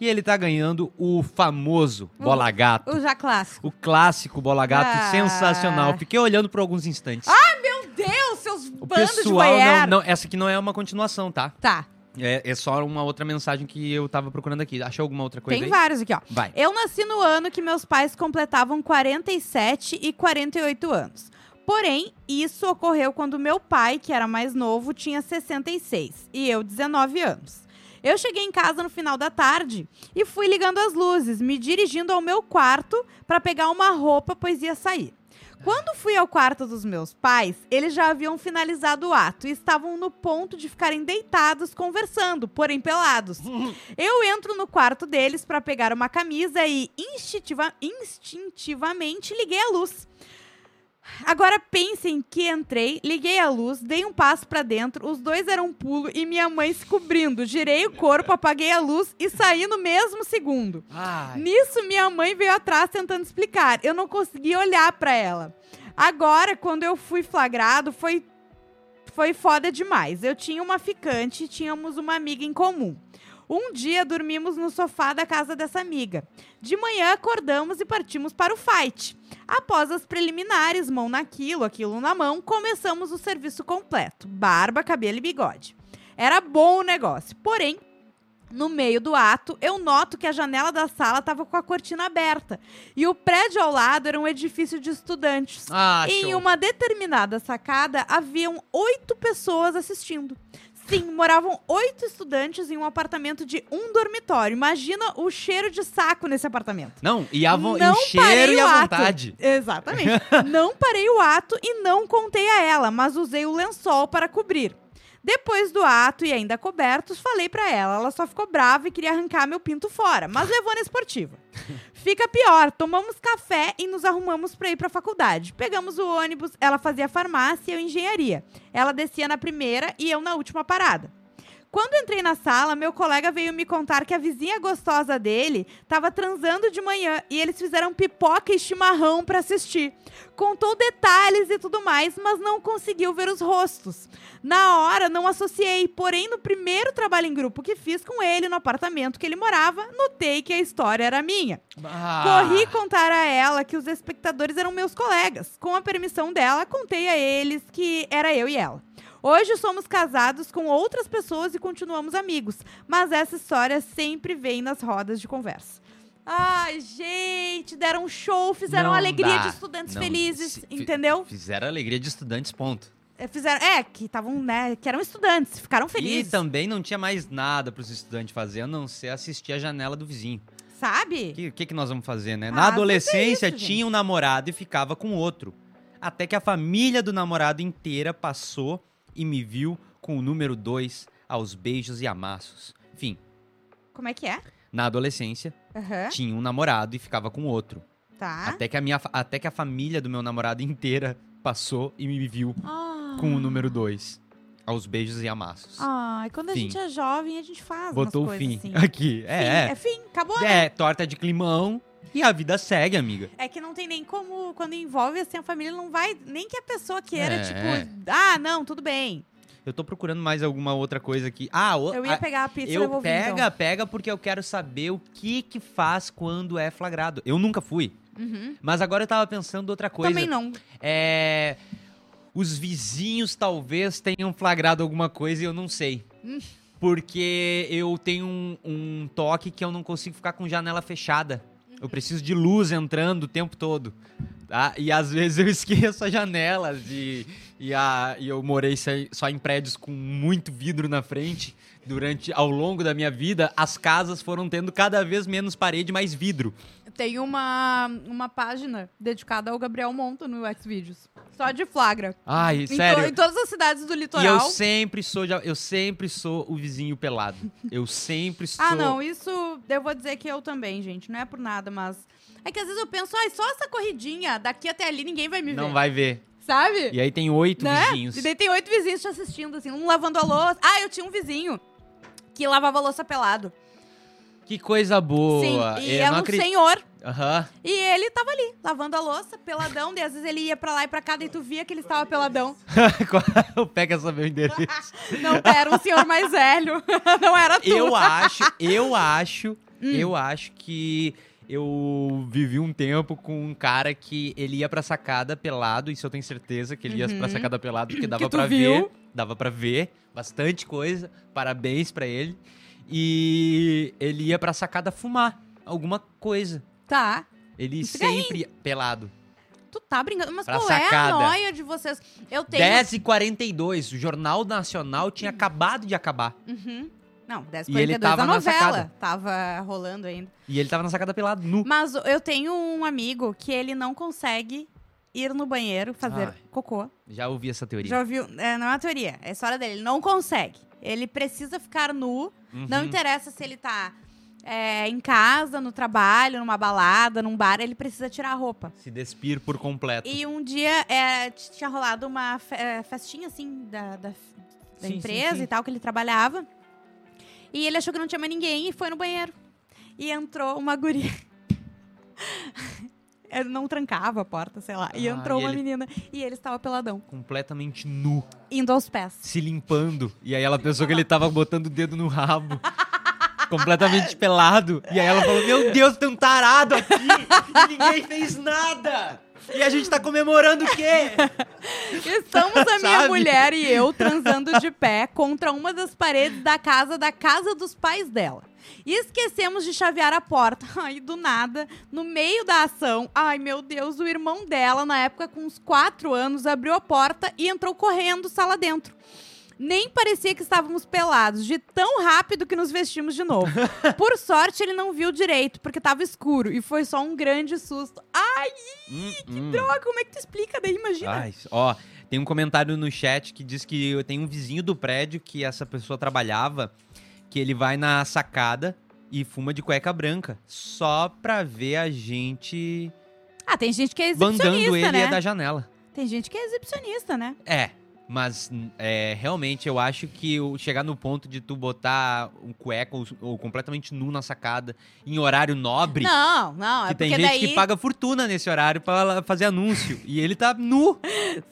B: e ele tá ganhando o famoso
C: O-
B: bola gato.
C: O já clássico.
B: O clássico bola gato
C: Ah.
B: sensacional. Fiquei olhando por alguns instantes.
C: Meu Deus, seus
B: o
C: bandos de
B: pessoal
C: voyeur.
B: não, não, essa aqui não é uma continuação, tá?
C: Tá,
B: É, é só uma outra mensagem que eu tava procurando aqui. Achou alguma outra coisa
C: tem
B: aí?
C: vários aqui, ó.
B: Vai.
C: Eu nasci no ano que meus pais completavam 47 e 48 anos. Porém, isso ocorreu quando meu pai, que era mais novo, tinha 66 e eu 19 anos. Eu cheguei em casa no final da tarde e fui ligando as luzes, me dirigindo ao meu quarto para pegar uma roupa, pois ia sair. Quando fui ao quarto dos meus pais, eles já haviam finalizado o ato e estavam no ponto de ficarem deitados conversando, porém pelados. Eu entro no quarto deles pra pegar uma camisa e instintiva- instintivamente liguei a luz. Agora pensem que entrei, liguei a luz, dei um passo pra dentro, os dois eram um pulo e minha mãe se cobrindo. Girei o corpo, apaguei a luz e saí no mesmo segundo.
B: Ai.
C: Nisso, minha mãe veio atrás tentando explicar. Eu não consegui olhar pra ela. Agora, quando eu fui flagrado, foi foi foda demais. Eu tinha uma ficante, e tínhamos uma amiga em comum. Um dia dormimos no sofá da casa dessa amiga. De manhã acordamos e partimos para o fight. Após as preliminares, mão naquilo, aquilo na mão, começamos o serviço completo: barba, cabelo e bigode. Era bom o negócio, porém, no meio do ato, eu noto que a janela da sala estava com a cortina aberta e o prédio ao lado era um edifício de estudantes.
B: Ah,
C: Em
B: show.
C: uma determinada sacada, haviam oito pessoas assistindo. Sim, moravam oito estudantes em um apartamento de um dormitório. Imagina o cheiro de saco nesse apartamento.
B: Não, e, a vo- e
C: Não
B: o cheiro
C: parei
B: e
C: o
B: a
C: ato.
B: vontade.
C: Exatamente. não parei o ato e não contei a ela, mas usei o lençol para cobrir. Depois do ato e ainda cobertos, falei pra ela. Ela só ficou brava e queria arrancar meu pinto fora, mas levou na esportiva. Fica pior, tomamos café e nos arrumamos pra ir pra faculdade. Pegamos o ônibus, ela fazia farmácia e eu engenharia. Ela descia na primeira e eu na última parada. Quando entrei na sala, meu colega veio me contar que a vizinha gostosa dele tava transando de manhã e eles fizeram pipoca e chimarrão pra assistir. Contou detalhes e tudo mais, mas não conseguiu ver os rostos. Na hora, não associei, porém, no primeiro trabalho em grupo que fiz com ele no apartamento que ele morava, notei que a história era minha.
B: Ah,
C: Corri contar a ela que os espectadores eram meus colegas. Com a permissão dela, contei a eles que era eu e ela. Hoje somos casados com outras pessoas e continuamos amigos, mas essa história sempre vem nas rodas de conversa. Ai, gente, deram um show, fizeram
B: Não
C: a alegria
B: dá,
C: de estudantes
B: não,
C: felizes,
B: se- fi-
C: entendeu?
B: Fizeram alegria de estudantes, ponto.
C: É, Fizeram, é, que estavam, né, que eram estudantes, ficaram
B: E
C: felizes.
B: também não tinha mais nada pros estudantes fazer, a não ser assistir a janela do vizinho.
C: Sabe?
B: O que, que, que nós vamos fazer, né?
C: Ah,
B: Na
C: às vezes é
B: adolescência
C: isso, gente.
B: tinha um namorado e ficava com outro. Até que a família do namorado inteira passou e me viu com o número dois aos beijos e amassos. Enfim,
C: Como é que é?
B: na adolescência
C: Aham,
B: tinha um namorado e ficava com outro.
C: tá.
B: Até, que a minha, fa- até que a família do meu namorado inteira passou e me viu
C: Ah.
B: com o número dois aos beijos e amassos.
C: Ai, quando a
B: Fim.
C: gente é jovem, a gente faz
B: Botou o
C: umas
B: fim
C: coisas assim.
B: aqui.
C: Fim,
B: É, é.
C: é fim, acabou, né?
B: É, torta de climão e a vida segue, amiga.
C: É que não tem nem como, quando envolve assim a família, não vai, nem que a pessoa queira,
B: É.
C: tipo, ah, não, tudo bem.
B: Eu tô procurando mais alguma outra coisa aqui. Ah, o,
C: Eu ia
B: a-
C: pegar a pizza e então."
B: eu
C: devolver.
B: pega, pega porque eu quero saber o que que faz quando é flagrado. Eu nunca fui,
C: Então. Uhum.
B: mas agora eu tava pensando outra coisa.
C: Também não.
B: É os vizinhos talvez tenham flagrado alguma coisa e eu não sei.
C: Hum.
B: Porque eu tenho um, um toque que eu não consigo ficar com janela fechada. Eu preciso de luz entrando o tempo todo. tá? E às vezes eu esqueço as janelas de, e, a, e eu morei se- só em prédios com muito vidro na frente. Durante ao longo da minha vida, as casas foram tendo cada vez menos parede, mais vidro.
C: Tem uma, uma página dedicada ao Gabriel Monta no Xvideos. Só de flagra.
B: Ai,
C: Em,
B: sério.
C: to- em todas as cidades do
B: E eu
C: litoral.
B: sempre sou de- eu sempre sou o vizinho pelado. Eu sempre sou.
C: Ah, não, isso eu vou dizer que eu também, gente. Não é por nada, mas. É que às vezes eu penso, ai, só essa corridinha, daqui até ali ninguém vai me ver.
B: Não vai ver.
C: Sabe?
B: E aí tem oito
C: Né?
B: vizinhos.
C: E daí tem oito vizinhos te assistindo, assim, um lavando a louça. Ah, eu tinha um vizinho que lavava a louça pelado.
B: Que coisa boa. é,
C: Sim, e
B: Eu
C: era
B: não
C: um
B: acredito.
C: senhor.
B: Aham.
C: E ele tava ali, lavando a louça, peladão. daí às vezes ele ia pra lá e pra cá, daí tu via que ele estava peladão.
B: eu pego essa meu endereço.
C: Não, era um senhor mais velho. Não era tu.
B: Eu acho, eu acho,
C: Hum.
B: eu acho que eu vivi um tempo com um cara que ele ia pra sacada pelado, isso eu tenho certeza que ele ia pra sacada pelado, porque dava
C: Uhum. tu
B: pra
C: viu.
B: ver, dava pra ver bastante coisa. Parabéns pra ele. E ele ia pra sacada fumar alguma coisa.
C: Tá.
B: Ele
C: cigarrinho.
B: sempre ia- pelado.
C: Tu tá brincando. Mas
B: Pra
C: qual é
B: sacada.
C: a noia de vocês? Eu tenho.
B: 10h42, o Jornal Nacional tinha acabado de acabar.
C: Uhum. Não, 10
B: E ele tava
C: da
B: na
C: novela.
B: sacada.
C: Tava rolando ainda.
B: E ele tava na sacada pelado, nu.
C: Mas eu tenho um amigo que ele não consegue ir no banheiro fazer
B: Ai.
C: cocô.
B: Já ouvi essa teoria.
C: Já ouviu? É, não é uma teoria, é a história dele. Ele não consegue. Ele precisa ficar nu.
B: Uhum.
C: Não interessa se ele tá é, em casa, no trabalho, numa balada, num bar, ele precisa tirar a roupa.
B: Se despir por completo.
C: E um dia é, t- tinha rolado uma fe- é, festinha, assim, da, da, da
B: Sim, sim,
C: empresa
B: sim.
C: e tal, que ele trabalhava. E ele achou que não tinha mais ninguém e foi no banheiro. E entrou uma guria. Ele não trancava a porta, sei lá. e
B: Ah,
C: entrou
B: e
C: uma
B: ele-
C: menina. E ele estava peladão,
B: completamente nu,
C: indo aos pés.
B: se limpando. E aí ela pensou que ele tava botando o dedo no rabo. completamente pelado. E aí ela falou: Meu Deus, tem um tarado aqui! E ninguém fez nada! E a gente tá comemorando o quê?
C: Estamos a minha
B: Sabe?
C: mulher e eu transando de pé contra uma das paredes da casa da casa dos pais dela. E esquecemos de chavear a porta. Ai, do nada, no meio da ação, ai meu Deus, o irmão dela, na época com uns 4 anos, abriu a porta e entrou correndo sala dentro. Nem parecia que estávamos pelados, de tão rápido que nos vestimos de novo. Por sorte, ele não viu direito, porque estava escuro e foi só um grande susto. Ai,
B: que
C: droga, como é que tu explica daí? Imagina.
B: Ai, ó, tem um comentário no chat que diz que eu tenho um vizinho do prédio que essa pessoa trabalhava, que ele vai na sacada e fuma de cueca branca, só pra ver a gente
C: Ah, tem gente que é exibicionista,
B: bandando ele
C: né?
B: da janela.
C: Tem gente que é exibicionista, né?
B: É, Mas n- é, realmente eu acho que o- chegar no ponto de tu botar um cueco ou, ou completamente nu na sacada em horário nobre.
C: Não, não, é
B: que tem
C: porque
B: gente
C: daí
B: que paga fortuna nesse horário pra lá fazer anúncio. e ele tá nu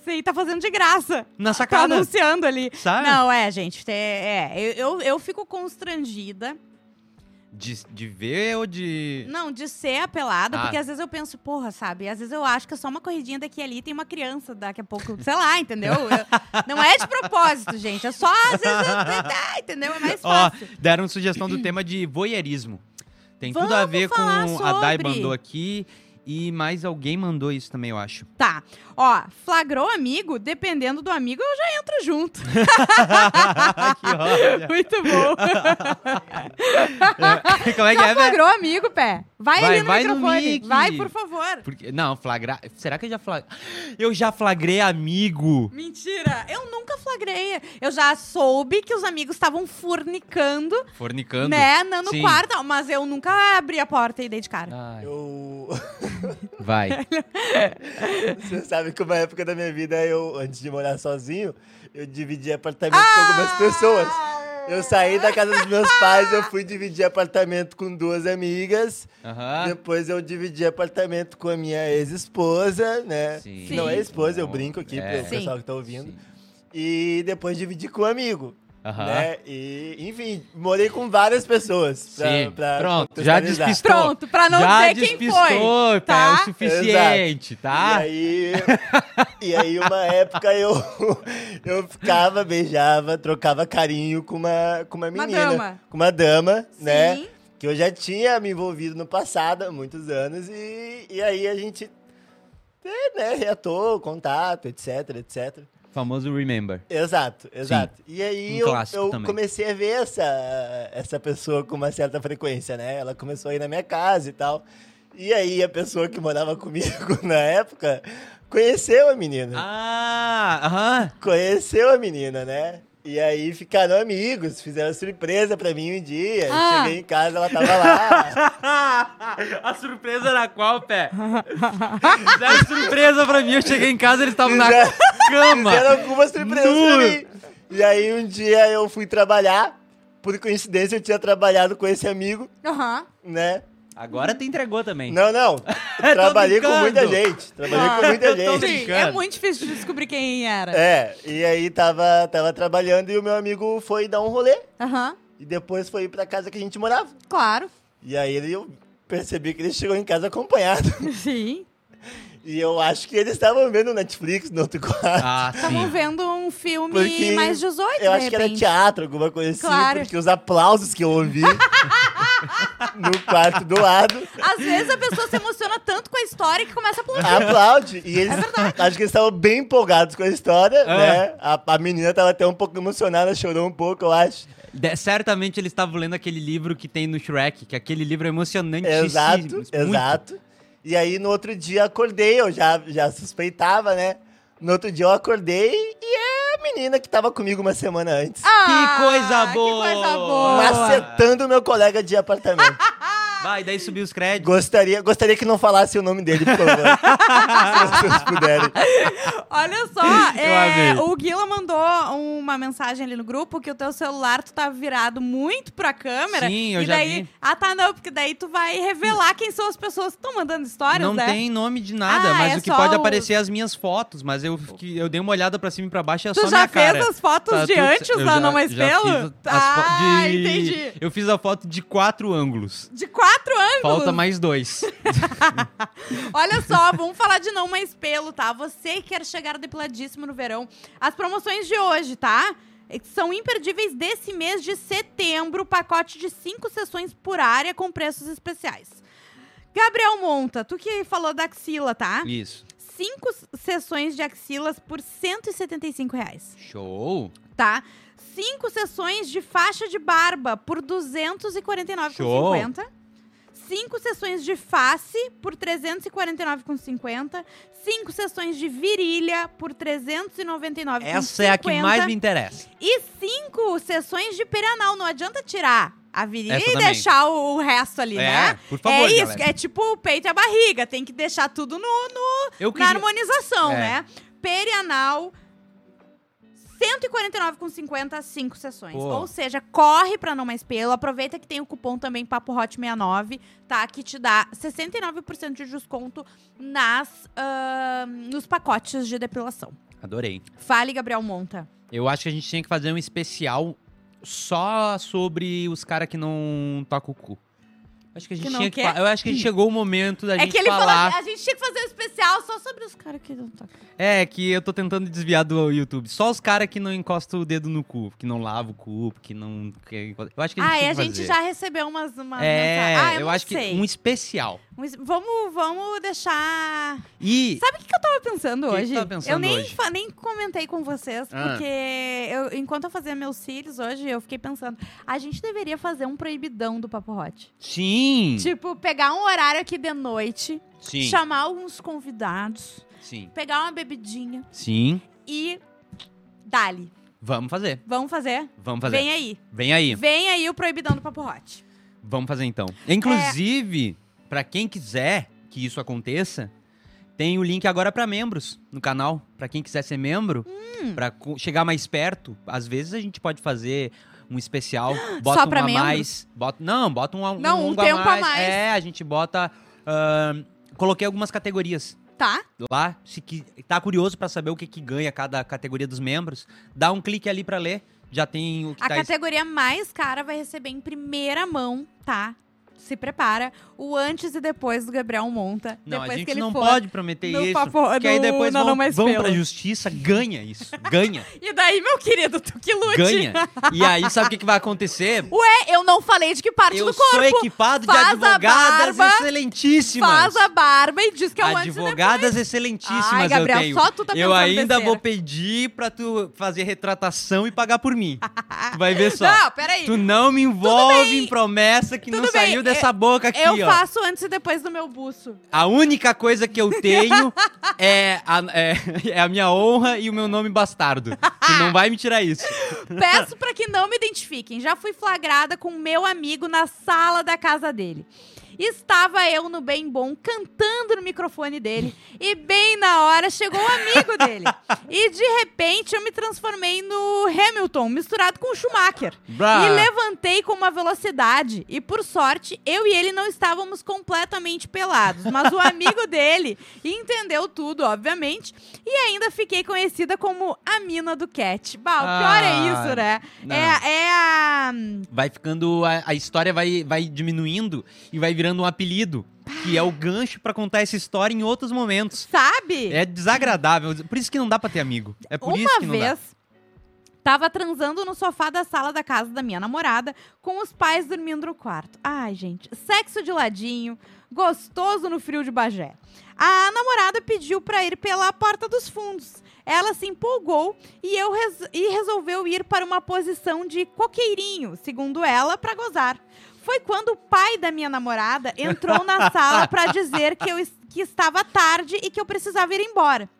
C: você tá fazendo de graça.
B: na
C: Tá
B: sacada.
C: anunciando ali.
B: sabe?
C: Não, é, gente, te- é, eu, eu, eu fico constrangida,
B: De, de ver ou de.
C: não, de ser apelada,
B: Ah.
C: porque às vezes eu penso, porra, sabe? Às vezes eu acho que é só uma corridinha daqui e ali tem uma criança daqui a pouco, sei lá, entendeu? Eu- não é de propósito, gente, é só às vezes, eu- ah, entendeu? É mais
B: Ó,
C: fácil.
B: deram sugestão do tema de voyeurismo. Tem tudo a
C: Vamos
B: ver com
C: falar
B: a Dai
C: sobre.
B: mandou aqui e mais alguém mandou isso também, eu acho.
C: Tá, ó, flagrou amigo, dependendo do amigo eu já entro junto.
B: que ódio.
C: Muito bom.
B: É, Como é que
C: Já
B: é, velho?
C: flagrou Tá amigo, pé. Vai,
B: Vai-
C: ali no
B: vai no
C: microfone,
B: mic.
C: vai, por favor.
B: Porque, não, flagrar. Será que eu já flagrei? Eu já flagrei amigo.
C: Mentira, eu nunca flagrei. Eu já soube que os amigos estavam fornicando,
B: Fornicando.
C: né, na- no
B: Sim.
C: quarto, mas eu nunca abri a porta e dei de cara.
B: Ai,
D: Eu.
B: Vai.
D: Você sabe que uma época da minha vida, eu, antes de morar sozinho, eu dividi apartamento com
C: Ah!
D: algumas pessoas. Eu saí da casa dos meus pais, eu fui dividir apartamento com duas amigas.
B: Aham.
D: Depois eu dividi apartamento com a minha ex-esposa, né?
B: Sim.
D: Não é esposa, eu
B: Bom,
D: brinco aqui
B: é.
D: pro pessoal que tá ouvindo.
B: Sim. Ah.
D: E depois dividi com um amigo.
B: Aham.
D: né? E, enfim, morei com várias pessoas. Pra,
B: Sim.
D: pra
B: Pronto, já
D: contextualizar.
B: despistou.
C: Pronto, pra não
B: já
C: dizer quem
B: despistou,
C: foi.
B: tá? É
C: tá?
B: o suficiente, tá?
D: E aí, e aí uma época eu, eu ficava, beijava, trocava carinho com uma, com uma
C: Uma
D: menina.
C: dama.
D: Com uma dama, né?
C: Sim.
D: Que eu já tinha me envolvido no passado, há muitos anos. E, e aí a gente, é, né, reatou o contato, etc, etc.
B: Famoso remember.
D: Exato, exato. E aí
B: Um
D: eu,
B: clássico
D: eu
B: também.
D: comecei a ver essa, essa pessoa com uma certa frequência, né? Ela começou a ir na minha casa e tal. E aí a pessoa que morava comigo na época conheceu a menina.
B: Ah, aham.
D: Conheceu a menina, né? E aí ficaram amigos, fizeram surpresa pra mim um dia. Eu
C: Ah.
D: Cheguei em casa, ela tava lá.
B: a surpresa era qual, pé? Fizeram surpresa pra mim. Eu cheguei em casa, eles estavam na
D: Fizeram-
B: cama.
D: Fizeram algumas surpresas
B: Nu.
D: pra mim. E aí um dia eu fui trabalhar. Por coincidência, eu tinha trabalhado com esse amigo,
C: Aham.
D: né?
B: Agora te entregou também.
D: Não, não. Trabalhei com
B: É, brincando. Ah,
D: muita gente. Trabalhei com
B: eu
D: muita
B: tô
D: gente.
C: Sim, é
B: brincando.
C: muito difícil de descobrir quem era.
D: É, e aí tava, tava trabalhando e o meu amigo foi dar um rolê.
C: Aham,
D: E depois foi pra casa que a gente morava.
C: claro.
D: E aí ele- eu percebi que ele chegou em casa acompanhado.
C: Sim.
D: E eu acho que eles estavam vendo Netflix no outro quarto.
B: Ah,
C: Estavam
B: sim.
C: vendo um filme
D: Porque
C: mais 18,
D: Eu
C: de
D: acho que era
C: repente.
D: teatro, alguma coisa assim,
C: Claro.
D: porque os aplausos que eu ouvi no quarto do lado
C: Às vezes a pessoa se emociona tanto com a história que começa a aplaudir.
D: aplaude.
C: É
D: E eles, acho que eles estavam bem empolgados com a história,
B: É.
D: né? A, a menina tava até um pouco emocionada, chorou um pouco, eu acho.
B: De- certamente eles estavam lendo aquele livro que tem no Shrek, que é aquele livro emocionante.
D: Exato, exato. E aí no outro dia acordei, eu já, já suspeitava, né? No outro dia eu acordei e é a menina que tava comigo uma semana antes.
C: Ah,
B: Que coisa boa!
C: Que coisa boa!
D: Macetando meu colega de apartamento.
B: Vai, daí subiu os créditos.
D: gostaria, gostaria que não falasse o nome dele, por favor. Se vocês puderem.
C: Olha só, é,
B: amei.
C: o Guila mandou uma mensagem ali no grupo que o teu celular tu tá virado muito pra câmera.
B: Sim, eu
C: e
B: já
C: daí,
B: vi.
C: Ah, tá, não, porque daí tu vai revelar quem são as pessoas que estão mandando histórias,
B: Não
C: né?
B: tem é nome de nada,
C: Ah,
B: mas
C: é
B: o que
C: só
B: pode
C: o-
B: aparecer é as minhas fotos, mas eu, que- eu dei uma olhada pra cima e pra baixo e é
C: Tu
B: só
C: já
B: minha
C: fez
B: cara.
C: as fotos
B: Tá
C: de
B: tudo-
C: antes
B: eu
C: da
B: já-
C: Não Mais
B: já fiz
C: Pelo?
B: as fo-
C: Ah,
B: de-
C: entendi.
B: Eu fiz a foto de quatro ângulos.
C: De quatro ângulos.
B: Falta mais dois.
C: Olha só, vamos falar de não mais pelo, tá? Você que quer chegar depiladíssimo no verão, as promoções de hoje, tá? São imperdíveis desse mês de setembro, pacote de cinco sessões por área com preços especiais. Gabriel Monta, tu que falou da axila, tá?
B: Isso.
C: Cinco s- sessões de axilas por R$ 175 reais,
B: Show.
C: tá? Cinco sessões de faixa de barba por R$ 249,50. Cinco sessões de face por 349,50. Cinco sessões de virilha por 399,50.
B: Essa é a que mais me interessa.
C: E cinco sessões de perianal. Não adianta tirar a virilha
B: Essa
C: e
B: também.
C: deixar o, o resto ali,
B: É,
C: né?
B: por favor,
C: é isso,
B: galera.
C: é tipo o peito e a barriga. Tem que deixar tudo no, na né?
B: Eu queria...
C: harmonização,
B: É.
C: né? Perianal, 149,50 cinco sessões.
B: Pô.
C: Ou seja, corre pra não mais pelo. Aproveita que tem o cupom também Papo Hot 69, tá? Que te dá 69% de desconto nas, ah, nos pacotes de depilação.
B: Adorei.
C: Fale, Gabriel Monta.
B: Eu acho que a gente tinha que fazer um especial só sobre os caras que não tocam o cu. Acho que a gente
C: Que não
B: tinha que
C: quer?
B: fa- Eu acho que chegou o momento da
C: É
B: gente
C: que ele
B: falar.
C: falou, a gente tinha que fazer um especial só sobre os caras que não tocam.
B: É, que eu tô tentando desviar do YouTube. Só os caras que não encostam o dedo no cu, que não lavam o cu, que não. que- Eu acho que a gente
C: Ah,
B: tem
C: é, a
B: que
C: gente
B: fazer.
C: já recebeu umas. umas
B: É,
C: mensagens. Ah,
B: eu,
C: não
B: acho
C: sei.
B: que um especial.
C: Um es- Vamos, vamos deixar.
B: E.
C: Sabe o que, que eu tava pensando
B: O que que
C: hoje?
B: tava pensando
C: eu nem,
B: hoje?
C: fa- nem comentei com vocês,
B: Ah.
C: porque eu- enquanto eu fazia meus cílios hoje, eu fiquei pensando, a gente deveria fazer um proibidão do Papo Hot.
B: Sim!
C: Tipo, pegar um horário aqui de noite,
B: Hum. Sim.
C: chamar alguns convidados,
B: Sim.
C: pegar uma bebidinha
B: Sim.
C: e. Dali.
B: Vamos fazer.
C: Vamos fazer?
B: Vamos fazer.
C: Vem
B: Vem,
C: aí.
B: aí.
C: Vem aí o proibidão do Papo Hot.
B: Vamos fazer então. Inclusive,
C: É.
B: pra quem quiser que isso aconteça, tem o link agora pra membros no canal. Pra quem quiser ser membro,
C: Hum.
B: pra co- chegar mais perto, às vezes a gente pode fazer um especial, bota
C: Só
B: um
C: pra
B: a
C: membros?
B: mais, bota não, bota um, a- um
C: Não, um
B: longo
C: tempo
B: a,
C: a
B: mais.
C: mais.
B: É, a gente bota ahn, coloquei algumas categorias
C: Tá?
B: lá, se qui- tá curioso pra saber o que que ganha cada categoria dos membros, dá um clique ali pra ler, já tem o que
C: A
B: tá
C: categoria mais cara vai receber em primeira mão, tá? Se prepara. O antes e depois do Gabriel Monta.
B: Não,
C: depois
B: a gente
C: que ele
B: não
C: for.
B: pode prometer
C: no
B: isso.
C: papo-
B: porque aí
C: no-
B: depois
C: na
B: vão,
C: Não Mais
B: vão
C: Pelo.
B: pra justiça, ganha isso. Ganha,
C: E daí, meu querido, tu que lute.
B: ganha. E aí, sabe o que, que vai acontecer?
C: Ué, eu não falei de que parte
B: Eu
C: do
B: sou
C: corpo.
B: equipado de
C: Faz a
B: advogadas
C: barba,
B: excelentíssimas.
C: Faz a barba e diz que é o antes e depois.
B: Advogadas excelentíssimas
C: Ai, Gabriel,
B: eu tenho.
C: só tu tá
B: eu
C: pensando
B: ainda
C: besteira.
B: vou pedir pra tu fazer retratação e pagar por mim. Tu vai ver só.
C: Não, peraí.
B: Tu não me envolve em promessa que
C: Tudo
B: não
C: bem,
B: saiu dessa boca aqui,
C: eu
B: ó.
C: faço antes e depois do meu buço.
B: A única coisa que eu tenho é a, é- é a minha honra e o meu nome bastardo. Tu não vai me tirar isso.
C: Peço pra que não me identifiquem. Já fui flagrada com meu amigo na sala da casa dele. Estava eu no bem bom cantando no microfone dele e bem na hora chegou o amigo dele. E de repente eu me transformei no Hamilton misturado com o Schumacher.
B: Brá.
C: E levantei com uma velocidade. E por sorte, eu e ele não estávamos completamente pelados. Mas o amigo dele entendeu tudo, obviamente. E ainda fiquei conhecida como a mina do Cat. Bah, o pior é
B: Ah,
C: isso, né?
B: não.
C: É, é a.
B: Vai ficando. A, a história vai, vai diminuindo e vai virando um apelido. Que é o gancho pra contar essa história em outros momentos.
C: Sabe?
B: É desagradável. Por isso que não dá pra ter amigo. É por
C: Uma
B: isso que não dá.
C: vez. Tava transando no sofá da sala da casa da minha namorada, com os pais dormindo no quarto. Ai, gente, sexo de ladinho, gostoso no frio de Bagé. A namorada pediu pra ir pela porta dos fundos. Ela se empolgou e eu res- e resolveu ir para uma posição de coqueirinho, segundo ela, pra gozar. Foi quando o pai da minha namorada entrou na sala pra dizer que eu es- que estava tarde e que eu precisava ir embora.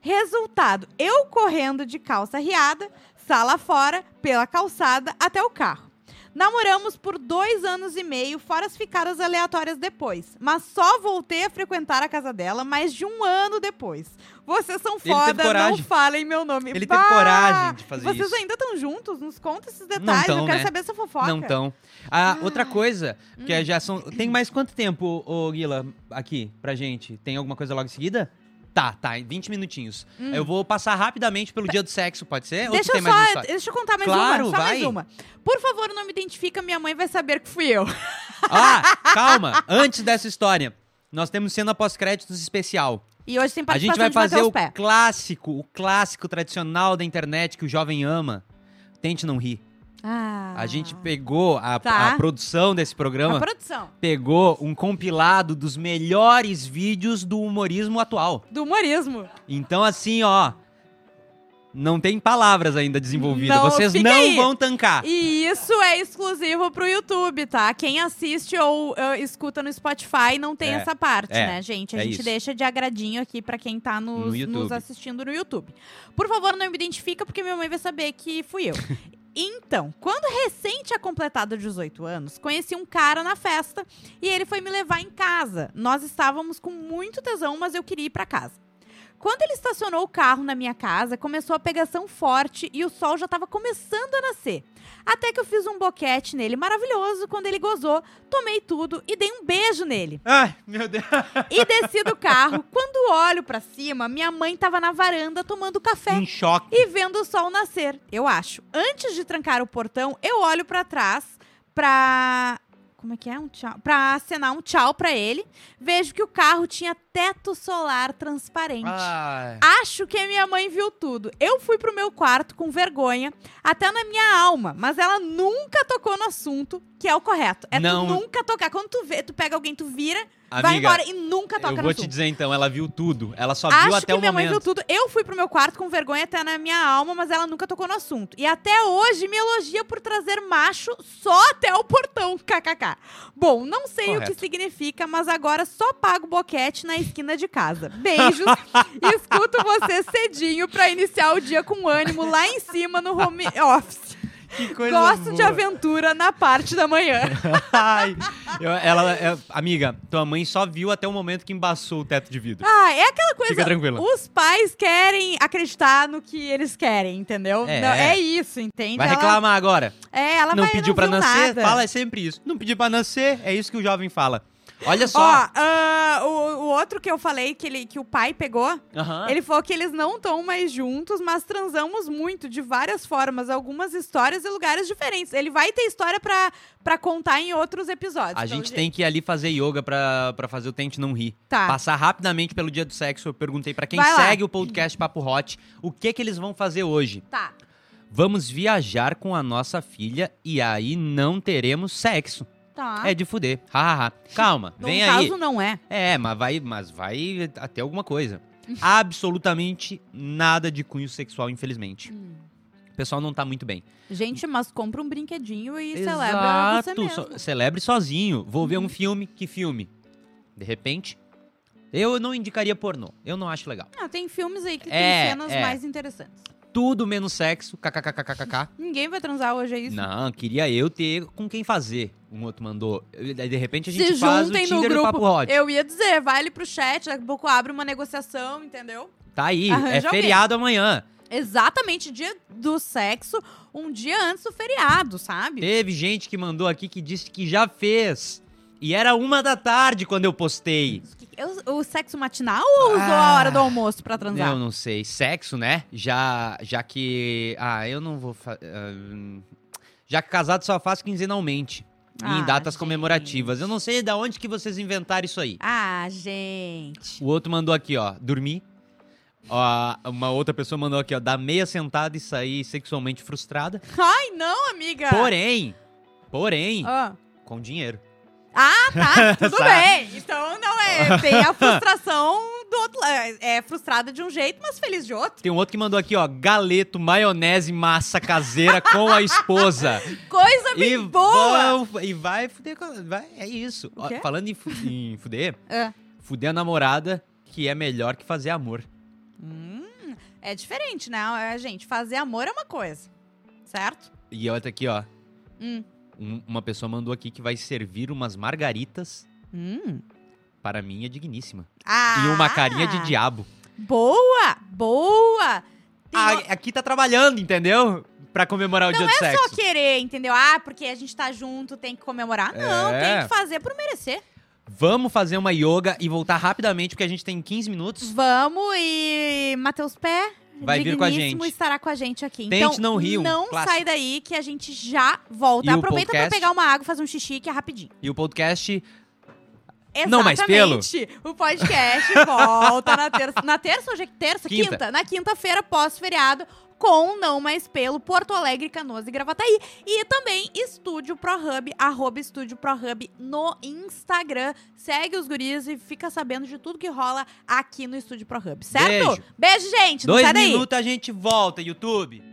C: Resultado, eu correndo de calça riada, sala fora, pela calçada até o carro. Namoramos por dois anos e meio, fora as ficadas aleatórias depois. Mas só voltei a frequentar a casa dela mais de um ano depois. Vocês são
B: teve
C: foda, não
B: coragem.
C: falem meu nome.
B: Ele
C: Bah!
B: teve coragem de fazer
C: Vocês
B: isso.
C: ainda estão juntos? Nos conta esses detalhes.
B: tão,
C: eu quero
B: né?
C: saber essa fofoca.
B: Não tão. Ah, outra coisa, que é
C: Hum.
B: já são. Tem mais quanto tempo, ô Guila, aqui pra gente? Tem alguma coisa logo em seguida? Tá, tá, em 20 minutinhos. Eu vou passar rapidamente pelo dia do sexo, pode ser? Ou tu
C: Hum. Deixa
B: tem
C: eu
B: mais uma
C: só.
B: história?
C: Deixa eu contar mais
B: Claro,
C: uma. Só mais
B: vai.
C: uma. Por favor, não me identifica, minha mãe vai saber que fui eu.
B: Ah, calma! Antes dessa história, nós temos cena pós-créditos especial.
C: E hoje tem
B: A gente
C: participação
B: vai
C: de Matheus
B: fazer o
C: Pé.
B: clássico, o clássico tradicional da internet que o jovem ama. Tente não rir.
C: Ah,
B: A gente pegou a,
C: Tá.
B: a produção desse programa.
C: A produção.
B: pegou um compilado dos melhores vídeos do humorismo atual.
C: Do humorismo.
B: Então, assim, ó. Não tem palavras ainda desenvolvidas.
C: Não,
B: Vocês
C: fica
B: não
C: aí.
B: vão tancar.
C: E isso é exclusivo pro YouTube, tá? Quem assiste ou eh, escuta no Spotify não tem
B: É,
C: essa parte,
B: é,
C: né, gente? A
B: é
C: gente
B: isso.
C: deixa de agradinho aqui pra quem tá nos,
B: No YouTube.
C: nos assistindo no YouTube. Por favor, não me identifica, porque minha mãe vai saber que fui eu. Então, quando recente tinha completado 18 anos, conheci um cara na festa e ele foi me levar em casa. Nós estávamos com muito tesão, mas eu queria ir pra casa. Quando ele estacionou o carro na minha casa, começou a pegação forte e o sol já estava começando a nascer. Até que eu fiz um boquete nele maravilhoso quando ele gozou, tomei tudo e dei um beijo nele.
B: Ai, meu Deus.
C: E desci do carro. Quando olho pra cima, minha mãe tava na varanda tomando café
B: Em choque.
C: e vendo o sol nascer, eu acho. Antes de trancar o portão, eu olho pra trás pra. Como é que é? Um tchau. Pra acenar um tchau pra ele. Vejo que o carro tinha teto solar transparente.
B: Ai.
C: Acho que a minha mãe viu tudo. Eu fui pro meu quarto com vergonha, até na minha alma, mas ela nunca tocou no assunto, que é o correto. É
B: Não.
C: tu nunca tocar. Quando tu vê, tu pega alguém, tu vira, vai
B: Amiga,
C: embora e nunca toca
B: eu
C: no
B: vou te
C: assunto.
B: dizer então, ela viu tudo. Ela só viu
C: Acho
B: até
C: que
B: o
C: minha mãe
B: momento.
C: viu tudo. Eu fui pro meu quarto com vergonha até na minha alma, mas ela nunca tocou no assunto. E até hoje me elogia por trazer macho só até o portão, kkk. Bom, não sei o
B: Correto.
C: que significa, mas agora só pago boquete na esquina de casa. Beijos e escuto você cedinho pra iniciar o dia com ânimo lá em cima no home office.
B: Que
C: Gosto de aventura na parte da manhã.
B: Ai. Eu- ela, é- amiga, tua mãe só viu até o momento que embaçou o teto de vidro.
C: Ah, é aquela coisa.
B: Fica tranquila.
C: Os pais querem acreditar no que eles querem, entendeu?
B: É.
C: Não, é isso, entende?
B: Vai
C: Ela-
B: reclamar agora.
C: É, ela
B: não
C: vai-
B: pediu pra
C: viu
B: nascer?
C: nada.
B: Fala, é sempre isso. Não pediu pra nascer? É isso que o jovem fala. Olha
C: Ó,
B: só.
C: ah, o, o outro que eu falei que, ele, que o pai pegou,
B: Aham.
C: ele falou que eles não estão mais juntos, mas transamos muito, de várias formas, algumas histórias e lugares diferentes. Ele vai ter história pra, pra contar em outros episódios.
B: A
C: pelo
B: gente
C: jeito.
B: tem que ir ali fazer yoga pra, pra fazer o Tente Não Rir.
C: Tá.
B: Passar rapidamente pelo dia do sexo. Eu perguntei pra quem
C: Vai lá.
B: segue o podcast Papo Hot o que que eles vão fazer hoje.
C: Tá.
B: Vamos viajar com a nossa filha e aí não teremos sexo.
C: Tá.
B: É de fuder. Ha, ha, ha. Calma,
C: no
B: vem aí.
C: caso, não é.
B: É, mas vai, mas vai até alguma coisa. Absolutamente nada de cunho sexual, infelizmente.
C: Hum.
B: O pessoal não tá muito bem.
C: Gente, mas compra um brinquedinho e celebra você mesmo.
B: Exato.
C: Uhum.
B: so- celebre sozinho. Vou ver um filme, que filme? De repente, eu não indicaria pornô. Eu não acho legal.
C: Ah, tem filmes aí que
B: É,
C: tem cenas
B: é.
C: mais interessantes.
B: Tudo menos sexo, kkkkkkk.
C: Ninguém vai transar hoje, é isso?
B: Não, queria eu ter com quem fazer. Um outro mandou. Daí, De repente a gente
C: Se
B: faz o
C: juntem no
B: Tinder do
C: grupo.
B: Papo Hot.
C: Eu ia dizer, vai ali pro chat, daqui a pouco abre uma negociação, entendeu?
B: Tá aí, é
C: Arranja alguém.
B: feriado amanhã.
C: Exatamente, dia do sexo, um dia antes do feriado, sabe?
B: Teve gente que mandou aqui que disse que já fez. E era uma da tarde quando eu postei.
C: Eu- o sexo matinal ou usou a
B: Ah,
C: hora do almoço pra transar?
B: Eu não sei. Sexo, né? Já, já que. Ah, eu não vou. fa- ah, já que casado só faz quinzenalmente. e
C: Ah,
B: em datas
C: gente.
B: comemorativas. Eu não sei da onde que vocês inventaram isso aí.
C: Ah, gente.
B: O outro mandou aqui, ó, dormir. Ó, uma outra pessoa mandou aqui, ó, dar meia sentada e sair sexualmente frustrada.
C: Ai, não, amiga.
B: Porém, porém,
C: Ah,
B: com dinheiro.
C: tá, tudo
B: Sabe?
C: bem. Então não é. Tem a frustração do outro lado. É frustrada de um jeito, mas feliz de outro.
B: Tem um outro que mandou aqui, ó, galeto, maionese, massa caseira com a esposa.
C: Coisa Tá bem
B: e,
C: boa.
B: vão- e vai fuder com a- vai, é isso.
C: O
B: Ó,
C: quê?
B: falando em, fu- em fuder,
C: É.
B: fuder a namorada que é melhor que fazer amor.
C: Hum, é diferente, né? É, Gente, fazer amor é uma coisa, certo?
B: E olha tá aqui, ó,
C: Hum.
B: um- uma pessoa mandou aqui que vai servir umas margaritas
C: Hum.
B: para minha digníssima.
C: Ah,
B: E uma carinha de diabo.
C: Boa, boa. Tem
B: Ah,
C: o-
B: aqui tá trabalhando, entendeu? Pra comemorar o dia do sexo.
C: só querer, entendeu? Ah, porque a gente tá junto, tem que comemorar. Não,
B: É.
C: tem que fazer por merecer.
B: Vamos fazer uma yoga e voltar rapidamente, porque a gente tem 15 minutos.
C: Vamos e Matheus Pé,
B: Vai vir com a
C: digníssimo,
B: gente.
C: estará com a gente aqui.
B: Tente
C: então,
B: não rir, um
C: não
B: clássico.
C: sai daí que a gente já volta.
B: E o
C: Aproveita pra
B: podcast?
C: pegar uma água, fazer um xixi que é rapidinho.
B: E o podcast.
C: Exatamente.
B: Não, mas pelo.
C: O podcast volta na terça. Na terça hoje é terça?
B: Quinta.
C: Quinta. Na quinta-feira, pós-feriado, com o Não Mais Pelo, Porto Alegre, Canoas e Gravataí. E também Estúdio ProHub, arroba Estúdio ProHub no Instagram. Segue os guris e fica sabendo de tudo que rola aqui no Estúdio ProHub, certo?
B: Beijo.
C: Beijo, gente. Não
B: Dois
C: sai daí.
B: minutos a gente volta, YouTube.